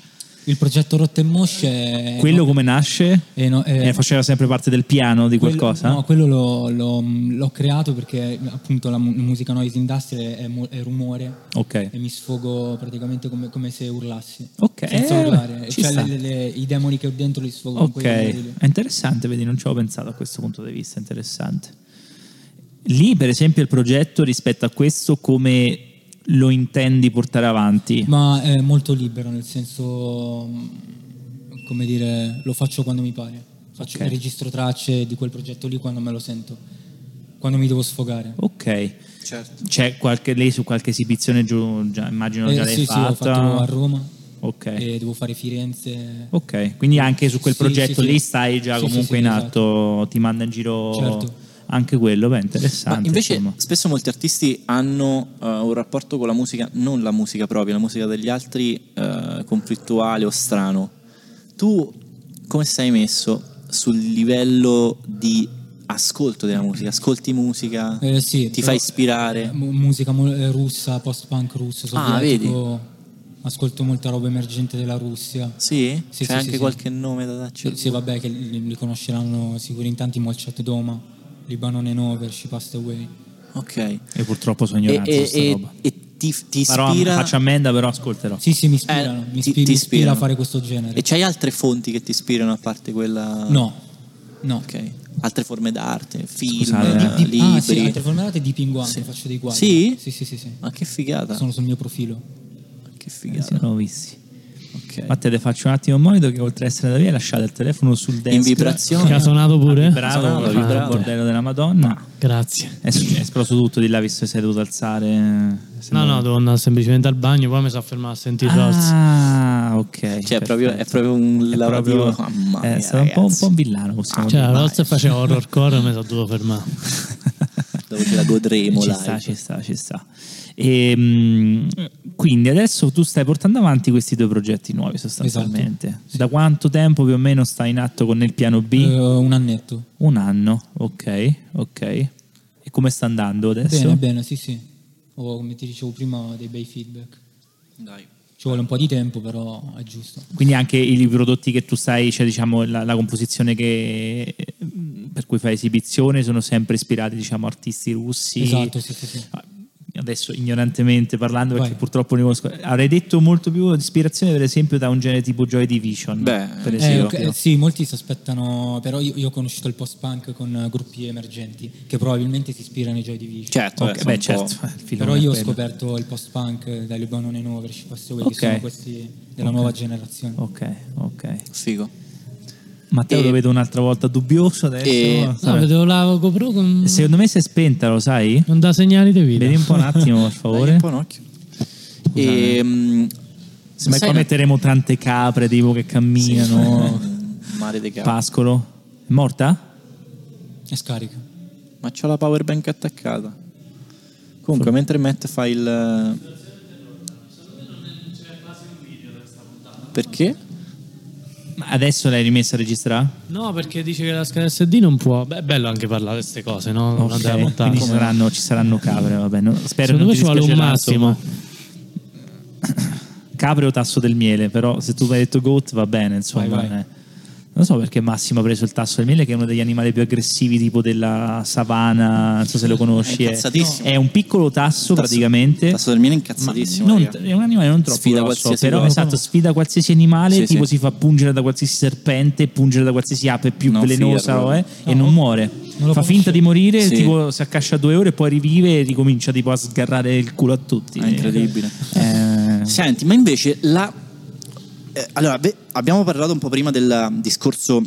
Speaker 4: Il progetto Rotten Mosh è...
Speaker 1: Quello come nasce?
Speaker 4: Eh, no, eh,
Speaker 1: Eh, faceva sempre parte del piano di
Speaker 4: quello-
Speaker 1: qualcosa?
Speaker 4: No, quello l'ho, l'ho- l'ho creato perché appunto la mu- musica noise industrial è, mo- è rumore
Speaker 1: Ok.
Speaker 4: e mi sfogo praticamente come, come se urlassi.
Speaker 1: Ok,
Speaker 4: Senza
Speaker 1: eh,
Speaker 4: urlare.
Speaker 1: ci
Speaker 4: Cioè
Speaker 1: sta.
Speaker 4: le- le- i demoni che ho dentro li sfogo con
Speaker 1: Ok,
Speaker 4: quei rumori lì.
Speaker 1: è interessante, vedi, non ci avevo pensato a questo punto di vista, interessante. Lì, per esempio, il progetto rispetto a questo, come lo intendi portare avanti?
Speaker 4: Ma è molto libero, nel senso, mh, come dire, lo faccio quando mi pare. Faccio,
Speaker 1: Ok.
Speaker 4: Registro tracce di quel progetto lì quando me lo sento, quando mi devo sfogare.
Speaker 1: Oh, Ok,
Speaker 3: Certo.
Speaker 1: c'è qualche, lei su qualche esibizione giù, già, immagino
Speaker 4: Eh,
Speaker 1: già l'hai
Speaker 4: sì, sì,
Speaker 1: fatta.
Speaker 4: l'ho fatto a Roma
Speaker 1: ok,
Speaker 4: e devo fare Firenze.
Speaker 1: ok, quindi anche su quel
Speaker 4: Sì,
Speaker 1: progetto
Speaker 4: sì, sì.
Speaker 1: lì stai già
Speaker 4: Sì, sì,
Speaker 1: comunque
Speaker 4: sì,
Speaker 1: in
Speaker 4: esatto.
Speaker 1: atto, ti manda in giro
Speaker 4: Certo.
Speaker 1: anche quello, beh, interessante.
Speaker 3: Ma invece
Speaker 1: insomma.
Speaker 3: spesso molti artisti hanno eh, un rapporto con la musica, non la musica propria, la musica degli altri eh, conflittuale o strano. Tu come stai messo sul livello di ascolto della musica? Ascolti musica?
Speaker 4: Eh, sì,
Speaker 3: ti
Speaker 4: però-
Speaker 3: fai ispirare?
Speaker 4: Mu- musica mo- eh, russa, post-punk russo,
Speaker 3: Ah,
Speaker 4: sovietico. Ascolto molta roba emergente della Russia.
Speaker 3: Sì? C'è
Speaker 4: Sì, sì,
Speaker 3: anche
Speaker 4: sì,
Speaker 3: qualche nome da darci?
Speaker 4: Sì, sì, vabbè, che li, li conosceranno sicuro in tanti Molchat Doma, Libanone Nover, She Passed Away.
Speaker 3: Ok. E,
Speaker 1: E purtroppo sono ignorante
Speaker 3: e-
Speaker 1: su sta
Speaker 3: e-
Speaker 1: roba.
Speaker 3: e ti, ti
Speaker 1: Farò-
Speaker 3: ispira?
Speaker 1: faccio ammenda, però ascolterò.
Speaker 4: Sì, sì, mi ispirano,
Speaker 3: Eh,
Speaker 4: mi,
Speaker 3: ti-
Speaker 4: ispi-
Speaker 3: ti
Speaker 4: mi ispira a
Speaker 3: ispirano.
Speaker 4: fare questo genere.
Speaker 3: E c'hai altre fonti che ti ispirano a parte quella?
Speaker 4: No, no.
Speaker 3: Ok. Altre forme d'arte, film,
Speaker 1: Scusate,
Speaker 3: eh,
Speaker 1: di-
Speaker 3: libri.
Speaker 4: Ah, sì, altre forme d'arte dipingo anche,
Speaker 3: Sì.
Speaker 4: faccio dei quadri.
Speaker 3: Sì? Ah.
Speaker 4: Sì, sì, sì, sì.
Speaker 3: Ma che figata.
Speaker 4: Sono sul mio profilo.
Speaker 3: Che
Speaker 1: Eh,
Speaker 3: figata.
Speaker 1: Sono visti.
Speaker 3: Ok.
Speaker 1: Infatti le faccio un attimo un monito che oltre a essere da via lasciate il telefono sul desk.
Speaker 3: In vibrazione.
Speaker 2: Che ha suonato pure?
Speaker 1: Bravo,
Speaker 3: Sono andato,
Speaker 1: bravo,
Speaker 3: vibravo.
Speaker 1: bordello della Madonna.
Speaker 2: Grazie.
Speaker 1: È, successo- è esploso tutto di là visto che sei dovuto alzare.
Speaker 2: No, no, devo andare semplicemente al bagno, poi mi sono fermato a sentire Rolls.
Speaker 1: Ah, ok.
Speaker 3: Cioè, è
Speaker 1: perfetto.
Speaker 3: proprio- è proprio un
Speaker 1: È
Speaker 3: lavorativo.
Speaker 1: proprio-
Speaker 3: Mamma mia,
Speaker 1: È stato un po', un
Speaker 3: ragazzi.
Speaker 1: po' un villano, possiamo
Speaker 2: Cioè, la
Speaker 1: dire.
Speaker 2: Rolls faceva horrorcore e mi sono dovuto fermare.
Speaker 3: Dove ce la godremo
Speaker 1: Ci
Speaker 3: live.
Speaker 1: sta, ci sta, ci sta. E, mm, quindi adesso tu stai portando avanti questi due progetti nuovi sostanzialmente.
Speaker 4: Esatto, sì.
Speaker 1: Da quanto tempo più o meno stai in atto con il piano B?
Speaker 4: Eh, un annetto.
Speaker 1: Un anno, ok, ok. E come sta andando adesso?
Speaker 4: Bene, bene, sì, sì. Ho, come ti dicevo prima, dei bei feedback.
Speaker 3: Dai.
Speaker 4: Ci vuole un po' di tempo, però è giusto.
Speaker 1: Quindi anche i prodotti che tu sai, cioè diciamo la, la composizione che, per cui fai esibizione, sono sempre ispirati diciamo a artisti russi. Ah,
Speaker 4: Esatto, sì, sì, sì.
Speaker 1: Adesso ignorantemente parlando, perché
Speaker 4: Vai.
Speaker 1: purtroppo ne conosco. Avrei detto molto più di ispirazione, per esempio, da un genere tipo Joy Division.
Speaker 3: Beh,
Speaker 1: per
Speaker 3: eh,
Speaker 4: Eh,
Speaker 1: esempio.
Speaker 4: ok, eh, sì, molti si aspettano, però io, io ho conosciuto il post-punk con eh, gruppi emergenti che probabilmente si ispirano ai Joy Division. Oh,
Speaker 3: Certo,
Speaker 1: Ok,
Speaker 3: eh, sono
Speaker 1: beh,
Speaker 3: un po'-
Speaker 1: certo. il filone
Speaker 4: Però
Speaker 1: è
Speaker 4: io ho
Speaker 1: quello.
Speaker 4: scoperto il post-punk dai Libanone Nover, She Passed Away,
Speaker 1: Ok.
Speaker 4: che sono questi della
Speaker 1: Ok.
Speaker 4: nuova generazione.
Speaker 3: Oh.
Speaker 1: Ok, ok.
Speaker 3: Figo.
Speaker 1: Matteo
Speaker 3: E-
Speaker 1: lo vedo un'altra volta dubbioso adesso.
Speaker 3: E-
Speaker 2: No,
Speaker 1: Vabbè.
Speaker 2: vedevo la GoPro con...
Speaker 1: Secondo me si è spenta, lo sai?
Speaker 2: non dà segnali di vita.
Speaker 1: Vedi un po' un attimo, per
Speaker 3: Dai,
Speaker 1: favore.
Speaker 3: un po' un occhio. Ehm,
Speaker 1: Ma
Speaker 3: sai-
Speaker 1: qua metteremo tante capre tipo che
Speaker 3: Sì,
Speaker 1: camminano.
Speaker 3: eh, Mare dei capi.
Speaker 1: Pascolo. È morta?
Speaker 4: E scarica.
Speaker 3: Ma c'ho la power bank attaccata. Comunque, mentre Matt fa il. Perché?
Speaker 1: Ma adesso l'hai rimessa a registrare?
Speaker 2: No, perché dice che la scheda SD non può. Beh, è bello anche parlare di queste cose, no?
Speaker 1: Ok,
Speaker 2: Durante la montata.
Speaker 1: Quindi ci saranno, ci saranno capre, vabbè. no- spero
Speaker 2: Secondo
Speaker 1: non
Speaker 2: me
Speaker 1: ti
Speaker 2: ci vuole un
Speaker 1: dispiacerà,
Speaker 2: massimo.
Speaker 1: insomma. Capre o tasso del miele, però se tu mi hai detto goat va bene, insomma.
Speaker 4: Vai, vai.
Speaker 1: eh. Non so perché Massimo ha preso il tasso del miele, che è uno degli animali più aggressivi, tipo della savana. Non so se lo conosci. È,
Speaker 3: incazzatissimo.
Speaker 1: è un piccolo tasso,
Speaker 3: Tasso-
Speaker 1: praticamente.
Speaker 3: Tasso del miele è
Speaker 1: Ma
Speaker 3: incazzatissimo.
Speaker 1: non-
Speaker 3: raga.
Speaker 1: è un animale non troppo
Speaker 3: Sfida
Speaker 1: grosso,
Speaker 3: qualsiasi
Speaker 1: però
Speaker 3: cosa.
Speaker 1: esatto, sfida qualsiasi animale,
Speaker 3: Sì,
Speaker 1: tipo
Speaker 3: sì.
Speaker 1: si fa pungere da qualsiasi serpente, pungere da qualsiasi ape più
Speaker 3: Non
Speaker 1: velenosa
Speaker 3: fidarlo.
Speaker 1: o è, e non muore.
Speaker 4: lo
Speaker 1: fa
Speaker 4: conoscevo.
Speaker 1: finta di morire,
Speaker 3: Sì.
Speaker 1: tipo si accascia due ore, poi rivive e ricomincia tipo a sgarrare il culo a tutti.
Speaker 3: È Ah, incredibile.
Speaker 1: Eh,
Speaker 3: Senti, ma invece la... eh, allora, beh, abbiamo parlato un po' prima del discorso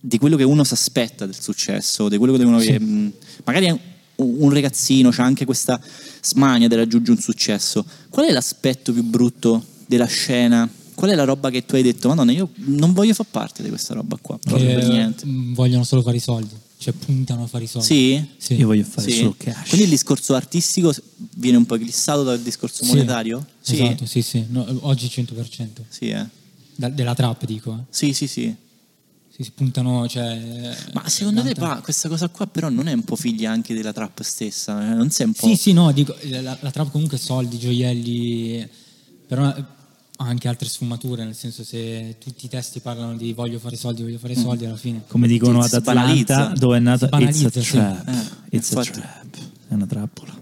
Speaker 3: di quello che uno si aspetta del successo, di quello che uno... che, mh, magari è un, un ragazzino, c'ha anche questa smania di raggiungere un successo. Qual è l'aspetto più brutto della scena? Qual è la roba che tu hai detto, madonna, io non voglio far parte di questa roba qua, proprio per
Speaker 4: Che
Speaker 3: niente.
Speaker 4: mm, Eh, vogliono solo fare i soldi. cioè puntano a fare i soldi.
Speaker 3: Sì?
Speaker 4: Sì.
Speaker 1: Io voglio fare
Speaker 3: Sì.
Speaker 1: solo cash.
Speaker 3: Quindi il discorso artistico viene un po' glissato dal discorso
Speaker 4: Sì.
Speaker 3: monetario?
Speaker 4: Esatto, sì, sì. No, oggi 100%.
Speaker 3: Sì, eh.
Speaker 4: Da- della trap, dico. eh.
Speaker 3: sì, sì, sì.
Speaker 4: Sì, si puntano, cioè...
Speaker 3: Ma secondo te
Speaker 1: Esatto.
Speaker 4: tanta-
Speaker 3: va, questa cosa qua però non è un po' figlia anche della trap stessa? Eh, Non sei un po'...
Speaker 4: Sì, sì, no, dico, eh, la, la- la trap comunque soldi, gioielli, però ha anche altre sfumature, nel senso se tutti i testi parlano di voglio fare soldi, voglio fare soldi, alla fine...
Speaker 1: Mm. Come dicono ad
Speaker 3: Si banalizza.
Speaker 1: Atlanta, dove è nata It's
Speaker 4: banalizza,
Speaker 1: a
Speaker 4: sì.
Speaker 1: trap.
Speaker 3: Eh,
Speaker 1: It's a
Speaker 3: infatti.
Speaker 1: trap. È una trappola.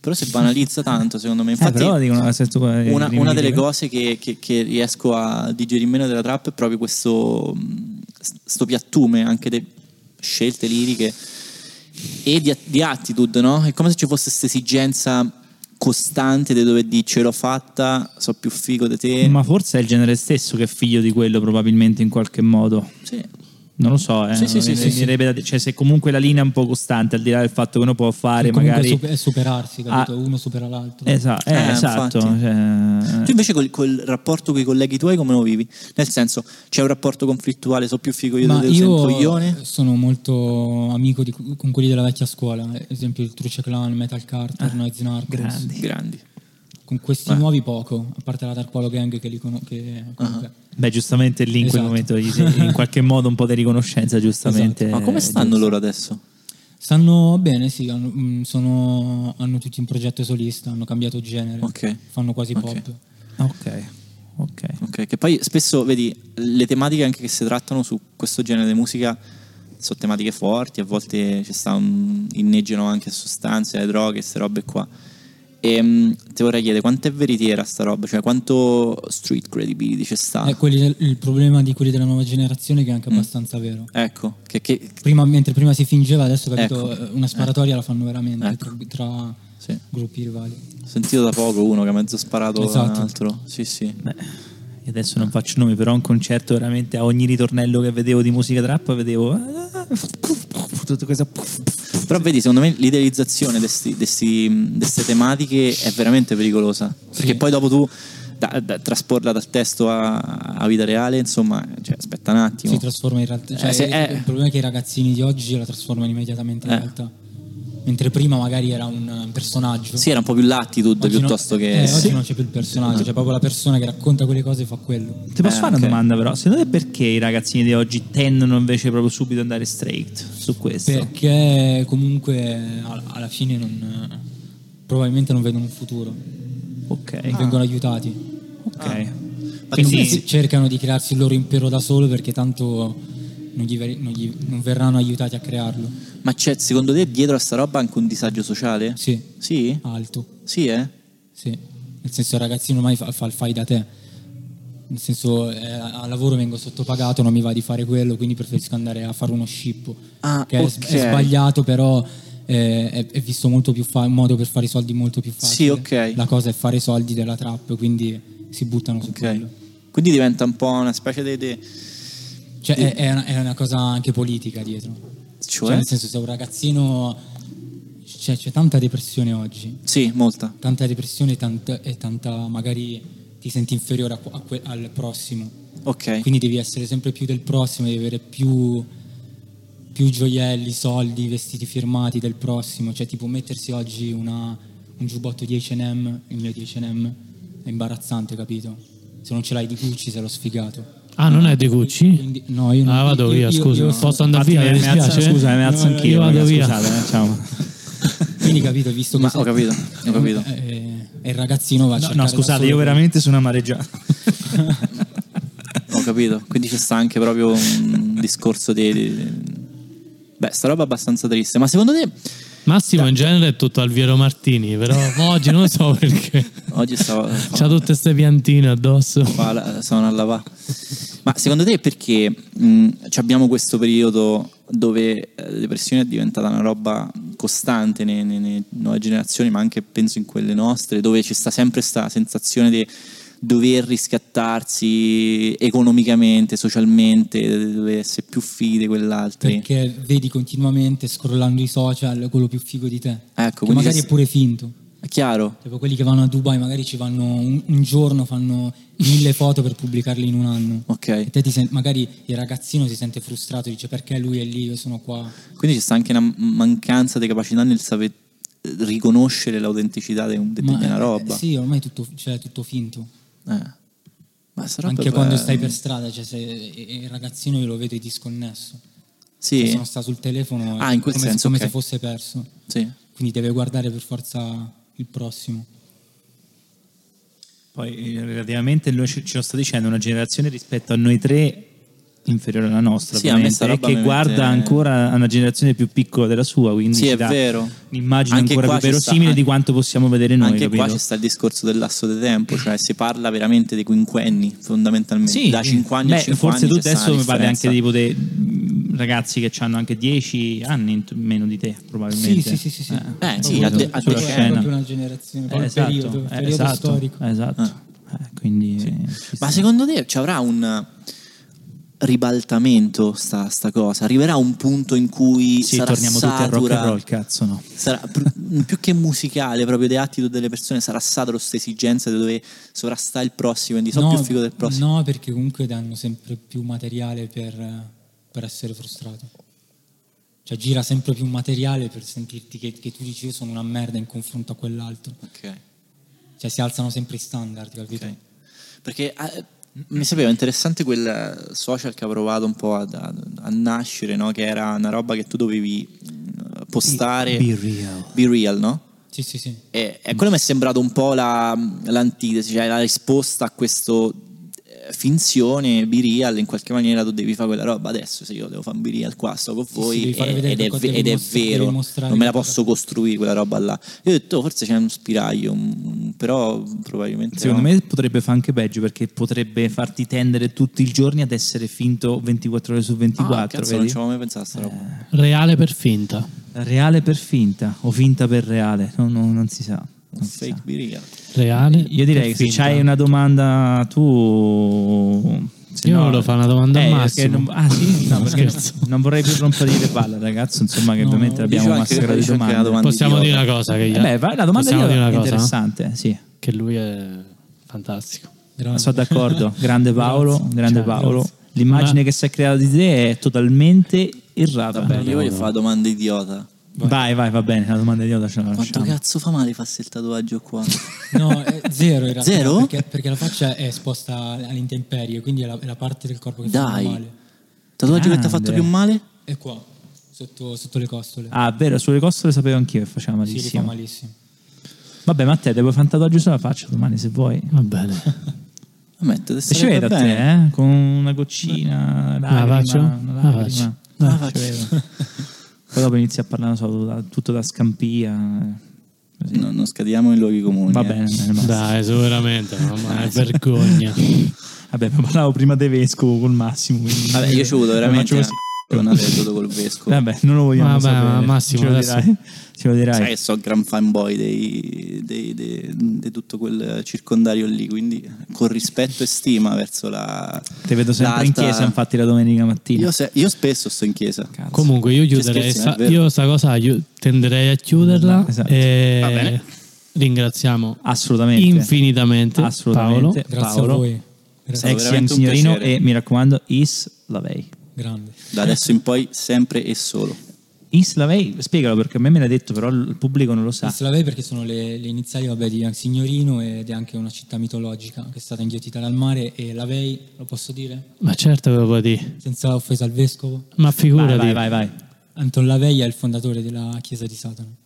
Speaker 3: Però si banalizza tanto, secondo me. Infatti,
Speaker 1: eh, però dicono nel senso, eh,
Speaker 3: una,
Speaker 1: primi
Speaker 3: una
Speaker 1: di
Speaker 3: delle
Speaker 1: quello.
Speaker 3: cose che, che- che riesco a digerire meno della trap è proprio questo mh, sto piattume anche di scelte liriche e di, di attitude, no? È come se ci fosse questa esigenza costante di dove di ce l'ho fatta, so più figo di te.
Speaker 1: Ma forse è il genere stesso che è figlio di quello, probabilmente in qualche modo.
Speaker 3: Sì.
Speaker 1: Non lo so, eh.
Speaker 3: Sì, sì,
Speaker 1: mi-
Speaker 3: sì,
Speaker 1: mi-
Speaker 3: sì,
Speaker 1: mi
Speaker 3: sì.
Speaker 1: verrebbe da dire- cioè, se comunque la linea è un po' costante, al di là del fatto che uno può fare
Speaker 4: Comunque
Speaker 1: magari.
Speaker 4: su- è superarsi, capito?
Speaker 1: Ah.
Speaker 4: Uno supera l'altro.
Speaker 1: Esa- eh,
Speaker 3: Eh,
Speaker 1: esatto.
Speaker 3: infatti.
Speaker 1: cioè,
Speaker 4: Eh.
Speaker 3: Tu invece col, col rapporto con i colleghi tuoi come lo vivi? Nel senso, c'è un rapporto conflittuale, so più figo io
Speaker 4: Ma
Speaker 3: del
Speaker 4: io
Speaker 3: coglione?
Speaker 4: sono molto amico di- con quelli della vecchia scuola, ad esempio il Truce Clan, Metal Carter, Noise Narcos.
Speaker 1: Ah, grandi.
Speaker 3: Grandi.
Speaker 4: Con questi nuovi poco, a parte la Tarqualo Gang che li conosco. Che
Speaker 1: Ah.
Speaker 4: comunque-
Speaker 1: Beh, giustamente lì in quel
Speaker 4: Esatto.
Speaker 1: momento gli si- in qualche modo un po' di riconoscenza, giustamente.
Speaker 3: Esatto.
Speaker 1: Eh,
Speaker 3: Ma come stanno loro adesso?
Speaker 4: Stanno bene, sì, hanno, mm, sono- hanno tutti un progetto solista, hanno cambiato genere,
Speaker 3: Ok.
Speaker 4: fanno quasi
Speaker 3: Ok.
Speaker 4: pop.
Speaker 1: Ah, Ok, ok.
Speaker 3: Ok, che poi spesso vedi le tematiche anche che si trattano su questo genere di musica sono tematiche forti, a volte ci sta un, inneggiano anche a sostanze, alle droghe, queste robe qua. E mh, ti vorrei chiedere quanto è veritiera sta roba, cioè quanto street credibility c'è sta?
Speaker 4: È Eh, quelli del- il problema di quelli della nuova generazione che è
Speaker 3: Mm.
Speaker 4: anche abbastanza vero.
Speaker 3: Ecco, che, che-
Speaker 4: Prima- mentre prima si fingeva, adesso capito,
Speaker 3: Ecco.
Speaker 4: eh, una sparatoria la fanno veramente
Speaker 3: Ecco.
Speaker 4: tra, tra
Speaker 3: sì.
Speaker 4: gruppi rivali.
Speaker 3: Ho sentito da poco uno che ha mezzo sparato
Speaker 4: Esatto.
Speaker 3: un altro. Sì, sì.
Speaker 1: Beh, io adesso non faccio nomi, però un concerto veramente a ogni ritornello che vedevo di musica trap vedevo ah, tutta questa
Speaker 3: Però vedi, secondo me l'idealizzazione di queste tematiche è veramente pericolosa. Perché poi dopo tu da- da- trasporla dal testo a, a vita reale, insomma, cioè, aspetta un attimo.
Speaker 4: Si trasforma in realtà. Cioè,
Speaker 3: Eh, se- eh.
Speaker 4: Il problema è che i ragazzini di oggi la trasformano immediatamente in
Speaker 3: Eh.
Speaker 4: realtà. Mentre prima magari era un eh, personaggio.
Speaker 3: sì, era un po' più l'attitude
Speaker 4: Oggi no-
Speaker 3: piuttosto che...
Speaker 4: eh, oggi non c'è più il personaggio, c'è proprio la persona che racconta quelle cose e fa quello.
Speaker 1: Ti posso
Speaker 3: Eh,
Speaker 1: fare
Speaker 3: ok.
Speaker 1: una domanda però? Secondo te perché i ragazzini di oggi tendono invece proprio subito ad andare straight su questo?
Speaker 4: Perché comunque al- alla fine non, probabilmente non vedono un futuro,
Speaker 1: Ok,
Speaker 4: non vengono aiutati.
Speaker 1: ok.
Speaker 3: Ma tu
Speaker 1: Ah. Quindi
Speaker 4: Quindi cercano di crearsi il loro impero da solo perché tanto non, gli ver- non gli- non verranno aiutati a crearlo.
Speaker 3: Ma c'è, secondo te, dietro a sta roba anche un disagio sociale?
Speaker 4: Sì,
Speaker 3: Sì?
Speaker 4: alto,
Speaker 3: Sì, eh?
Speaker 4: sì. Nel senso il ragazzino ormai fa, fa il fai da te. Nel senso eh, al lavoro vengo sottopagato, non mi va di fare quello, quindi preferisco andare a fare uno scippo.
Speaker 3: Ah,
Speaker 4: che è,
Speaker 3: ok.
Speaker 4: è sbagliato però... eh, è, è visto molto più fa- un modo per fare i soldi molto più facile.
Speaker 3: Sì, ok.
Speaker 4: La cosa è fare i soldi della trap, quindi si buttano su
Speaker 3: Ok.
Speaker 4: quello.
Speaker 3: Quindi diventa un po' una specie di... di-
Speaker 4: Cioè, è, è una, è una cosa anche politica dietro. Cioè,
Speaker 3: Cioè?
Speaker 4: nel senso, se un ragazzino. Cioè, c'è tanta depressione oggi.
Speaker 3: Sì, molta.
Speaker 4: Tanta depressione e tant- e tanta. magari ti senti inferiore a que- a que- al prossimo.
Speaker 3: Ok.
Speaker 4: Quindi devi essere sempre più del prossimo, devi avere più. più gioielli, soldi, vestiti firmati del prossimo. Cioè, tipo, mettersi oggi una- un giubbotto di HM, il mio di HM, è imbarazzante, capito? Se non ce l'hai di Gucci, sei lo sfigato.
Speaker 2: Ah, non è di Gucci?
Speaker 4: Quindi, no, io non
Speaker 2: Ah, vado via, scusa. Posso andare
Speaker 1: Infatti,
Speaker 2: via?
Speaker 1: mi-
Speaker 2: Mi
Speaker 1: mi
Speaker 2: dispiace.
Speaker 1: alzo- scusa, mi alzo
Speaker 2: No, no,
Speaker 1: anch'io.
Speaker 2: Io vado
Speaker 1: raga,
Speaker 2: via.
Speaker 1: Scusate, eh, ciao.
Speaker 4: Quindi capito, visto che
Speaker 3: Ma
Speaker 4: sei-
Speaker 3: ho capito, ho capito.
Speaker 4: eh, e il ragazzino va a
Speaker 1: No,
Speaker 4: cercare
Speaker 1: no,
Speaker 4: da
Speaker 1: scusate,
Speaker 4: solo-
Speaker 1: io veramente sono amareggiato.
Speaker 3: Ho capito, quindi ci sta anche proprio un discorso di... di- Beh, sta roba è abbastanza triste, ma secondo te
Speaker 2: Massimo in genere è tutto Alviero Martini, però oggi non lo so perché.
Speaker 3: oggi stavo...
Speaker 2: C'ha tutte queste piantine addosso.
Speaker 3: qua la- stavano a lavare. Ma secondo te perché mh, ci abbiamo questo periodo dove eh, la depressione è diventata una roba costante ne- ne- nelle nuove generazioni, ma anche penso in quelle nostre, dove ci sta sempre questa sensazione di dover riscattarsi economicamente, socialmente, di dover essere più fighi di quell'altro.
Speaker 4: Perché vedi continuamente scrollando i social quello più figo di te.
Speaker 3: Ecco,
Speaker 4: che
Speaker 3: quindi
Speaker 4: magari
Speaker 3: se-
Speaker 4: è pure finto.
Speaker 3: È chiaro?
Speaker 4: Tipo quelli che vanno a Dubai magari ci vanno un, un giorno, fanno mille foto per pubblicarle in un anno.
Speaker 3: Ok.
Speaker 4: E te ti sen- magari il ragazzino si sente frustrato, dice perché lui è lì, io sono qua.
Speaker 3: Quindi ci sta anche una mancanza di capacità nel sapere riconoscere l'autenticità di un- di
Speaker 4: Ma
Speaker 3: una
Speaker 4: eh,
Speaker 3: roba.
Speaker 4: Sì, ormai è tutto, cioè, è tutto finto.
Speaker 3: Eh. Ma eh, sta roba
Speaker 4: Anche
Speaker 3: è-
Speaker 4: quando stai per strada, cioè, se- e- e il ragazzino io lo vedo disconnesso.
Speaker 3: Sì,
Speaker 4: Cioè, sono sta sul telefono
Speaker 3: Ah, in quel
Speaker 4: come, se-
Speaker 3: senso,
Speaker 4: come
Speaker 3: ok.
Speaker 4: se fosse perso.
Speaker 3: sì.
Speaker 4: Quindi deve guardare per forza il prossimo.
Speaker 1: Poi eh, relativamente noi ci, ci lo sta dicendo una generazione rispetto a noi tre inferiore alla nostra,
Speaker 3: Sì, a me
Speaker 1: ovviamente,
Speaker 3: sta roba
Speaker 1: e che
Speaker 3: mi
Speaker 1: guarda
Speaker 3: mette-
Speaker 1: ancora a una generazione più piccola della sua, quindi
Speaker 3: Sì,
Speaker 1: ci
Speaker 3: è
Speaker 1: dà
Speaker 3: vero.
Speaker 1: un'immagine
Speaker 3: Anche
Speaker 1: ancora
Speaker 3: qua
Speaker 1: più
Speaker 3: ci sta-
Speaker 1: verosimile di quanto possiamo vedere noi,
Speaker 3: Anche
Speaker 1: capito?
Speaker 3: qua ci sta il discorso del lasso di tempo, cioè si parla veramente dei quinquenni, fondamentalmente.
Speaker 1: Sì,
Speaker 3: da 5 anni a
Speaker 1: Beh,
Speaker 3: 5
Speaker 1: forse
Speaker 3: anni.
Speaker 1: tu
Speaker 3: c'è sta
Speaker 1: adesso
Speaker 3: una
Speaker 1: mi parli anche tipo
Speaker 3: differenza.
Speaker 1: dei mh, ragazzi che hanno anche 10 anni in- meno di te, probabilmente.
Speaker 4: Sì, sì, sì, sì, sì.
Speaker 1: Eh,
Speaker 3: Eh, sì, a de-
Speaker 1: Sulla
Speaker 3: a
Speaker 4: Proprio-
Speaker 3: decennio.
Speaker 1: scena.
Speaker 4: proprio una generazione,
Speaker 1: Eh,
Speaker 4: proprio il
Speaker 1: esatto,
Speaker 4: periodo, il
Speaker 1: eh,
Speaker 4: periodo
Speaker 1: esatto,
Speaker 4: storico.
Speaker 1: esatto. Eh, quindi eh, ci
Speaker 3: Ah. Ma
Speaker 1: sta.
Speaker 3: secondo te ci avrà un eh, ribaltamento sta, sta cosa? Arriverà un punto in cui
Speaker 1: sì,
Speaker 3: sarà
Speaker 1: torniamo tutti al rock
Speaker 3: satura-
Speaker 1: and roll, cazzo no.
Speaker 3: sarà pr- mm, più che musicale, proprio di attitude delle persone, sarà saturo questa esigenza di dover sovrastare il prossimo e di so più figo del prossimo.
Speaker 4: no, perché comunque danno sempre più materiale per, per essere frustrato. Cioè gira sempre più materiale per sentirti che, che tu dici io sono una merda in confronto a quell'altro.
Speaker 3: Ok,
Speaker 4: Cioè si alzano sempre i standard, capito?
Speaker 3: ok. Perché eh, mi sapeva interessante quel social che ha provato un po' ad- a, a nascere, no? che era una roba che tu dovevi mm, postare.
Speaker 1: Be real.
Speaker 3: Be real, no?
Speaker 4: Sì, sì, sì.
Speaker 3: E, e quello mi è sembrato un po' la- l'antitesi, cioè la risposta a questo eh, finzione be real in qualche maniera tu devi fare quella roba adesso se io devo fare un be real qua sto con voi
Speaker 4: devi fare
Speaker 3: e-
Speaker 4: vedere
Speaker 3: ed, è,
Speaker 4: che cosa
Speaker 3: ve-
Speaker 4: devi
Speaker 3: ed è
Speaker 4: mostra- devi
Speaker 3: vero
Speaker 4: mostrare
Speaker 3: non me la
Speaker 4: che cosa-
Speaker 3: posso costruire quella roba là io ho detto "Oh, forse c'è un spiraglio un- però probabilmente
Speaker 1: Secondo
Speaker 3: no."
Speaker 1: me potrebbe fare anche peggio perché potrebbe farti tendere tutti i giorni ad essere finto 24 ore su
Speaker 3: Ah,
Speaker 1: 24,
Speaker 3: cazzo, non
Speaker 1: vedi?
Speaker 3: ci avevo mai pensato a
Speaker 4: Eh,
Speaker 3: sta roba
Speaker 2: Reale per finta.
Speaker 1: Reale per finta o finta per reale, non, non- non si sa.
Speaker 3: un
Speaker 1: non si
Speaker 3: fake
Speaker 1: sa.
Speaker 3: be real
Speaker 2: Reale.
Speaker 1: Io direi
Speaker 2: per
Speaker 1: che se
Speaker 2: finta.
Speaker 1: hai una domanda tu... se
Speaker 2: Io
Speaker 1: no-
Speaker 2: volevo fare una domanda a
Speaker 1: Eh,
Speaker 2: Massimo.
Speaker 1: perché non- ah sì, no, perché
Speaker 2: Scherzo.
Speaker 1: non vorrei più rompere le palle ragazzo, insomma che
Speaker 4: No,
Speaker 1: ovviamente
Speaker 4: no,
Speaker 1: abbiamo
Speaker 3: Dicevo anche-
Speaker 1: massacrato di
Speaker 3: dicevo anche
Speaker 1: domande.
Speaker 3: la domanda
Speaker 2: Possiamo dire
Speaker 3: idiota.
Speaker 2: una cosa che gli-
Speaker 1: Eh beh, vai, la domanda
Speaker 2: possiamo
Speaker 1: io
Speaker 2: dire
Speaker 1: è
Speaker 2: una cosa,
Speaker 1: interessante, sì.
Speaker 2: che lui è fantastico.
Speaker 4: Grande.
Speaker 1: Sono d'accordo, grande Paolo, grande
Speaker 2: Ciao,
Speaker 1: Paolo.
Speaker 2: grazie.
Speaker 1: L'immagine
Speaker 2: Ma-
Speaker 1: che si è creata di te è totalmente errata.
Speaker 3: vabbè io voglio fare una domanda idiota
Speaker 1: Vai, vai, va bene, la domanda di Oda ce la
Speaker 3: quanto
Speaker 1: lasciamo.
Speaker 3: cazzo fa male farsi il tatuaggio qua
Speaker 4: No, è zero in realtà.
Speaker 3: Zero?
Speaker 4: Perché, perché la faccia è esposta all'intemperie, quindi è la, è la parte del corpo che fa più
Speaker 3: dai
Speaker 4: male.
Speaker 3: tatuaggio che ti ha
Speaker 1: Grande.
Speaker 3: fatto più male
Speaker 4: È qua, sotto, sotto le costole.
Speaker 1: Ah, vero, sulle costole sapevo anch'io che faceva
Speaker 4: sì, li fa
Speaker 1: malissimo.
Speaker 4: malissimo.
Speaker 1: Vabbè, Matteo, devo fare un tatuaggio sulla faccia domani se vuoi.
Speaker 2: Va bene.
Speaker 3: Ammetto, ti
Speaker 1: Se ci
Speaker 3: starebbe
Speaker 1: vedo a
Speaker 3: bene.
Speaker 1: te, eh? Con una goccina, una lacrima,
Speaker 2: Ah, faccio?
Speaker 1: una
Speaker 2: La
Speaker 1: lacrima.
Speaker 2: faccio. Ah,
Speaker 1: La
Speaker 3: La
Speaker 1: faccio,
Speaker 3: faccio.
Speaker 1: vedo. Poi dopo inizi a parlare, non so, da- tutto da scampia. eh, così.
Speaker 3: No, non scadiamo in luoghi comuni.
Speaker 1: Va
Speaker 3: eh.
Speaker 1: bene, bene, basta.
Speaker 2: Dai, su, veramente, mamma, è vergogna.
Speaker 1: Vabbè, ma parlavo prima tedesco col Massimo. quindi-
Speaker 3: Vabbè, io ci ho avuto veramente una, una aneddoto col vescovo.
Speaker 1: Vabbè, non lo vogliamo
Speaker 2: Vabbè,
Speaker 1: sapere.
Speaker 2: ma Massimo,
Speaker 1: ce lo
Speaker 2: adesso-
Speaker 1: dirai. Ce lo dirai.
Speaker 3: Sai che sono gran fanboy dei- dei- dei- di tutto quel circondario lì, quindi con rispetto e stima verso la...
Speaker 1: Ti vedo sempre in
Speaker 3: l'alta-
Speaker 1: chiesa, infatti, la domenica mattina.
Speaker 3: Io, se- io spesso sto in chiesa.
Speaker 2: Comunque, io chiuderei.
Speaker 3: scherzi,
Speaker 2: sta-
Speaker 3: è vero.
Speaker 2: io sta cosa io tenderei a chiuderla.
Speaker 1: eh, Esatto.
Speaker 2: E
Speaker 3: Va bene.
Speaker 2: ringraziamo
Speaker 1: Assolutamente.
Speaker 2: infinitamente
Speaker 1: Assolutamente.
Speaker 2: Paolo.
Speaker 4: Grazie
Speaker 1: Paolo.
Speaker 4: a voi. Grazie.
Speaker 1: Ex
Speaker 3: Sì.
Speaker 1: Young
Speaker 3: veramente un
Speaker 1: signorino
Speaker 3: piacere.
Speaker 1: e mi raccomando, Is Lavey.
Speaker 4: Grande.
Speaker 3: Da adesso in poi sempre e solo.
Speaker 1: Is Lavey, spiegalo perché a me me l'ha detto, però il pubblico non lo sa.
Speaker 4: Isla Vey perché sono le, le iniziali vabbè, di Young Signorino ed è anche una città mitologica che è stata inghiottita dal mare e la Vey, lo posso dire?
Speaker 2: Ma certo, che lo puoi dire.
Speaker 4: Senza offesa al vescovo.
Speaker 2: Ma
Speaker 1: Vai,
Speaker 2: figurati.
Speaker 1: vai, vai, vai.
Speaker 4: Anton Lavey è il fondatore della Chiesa di Satana.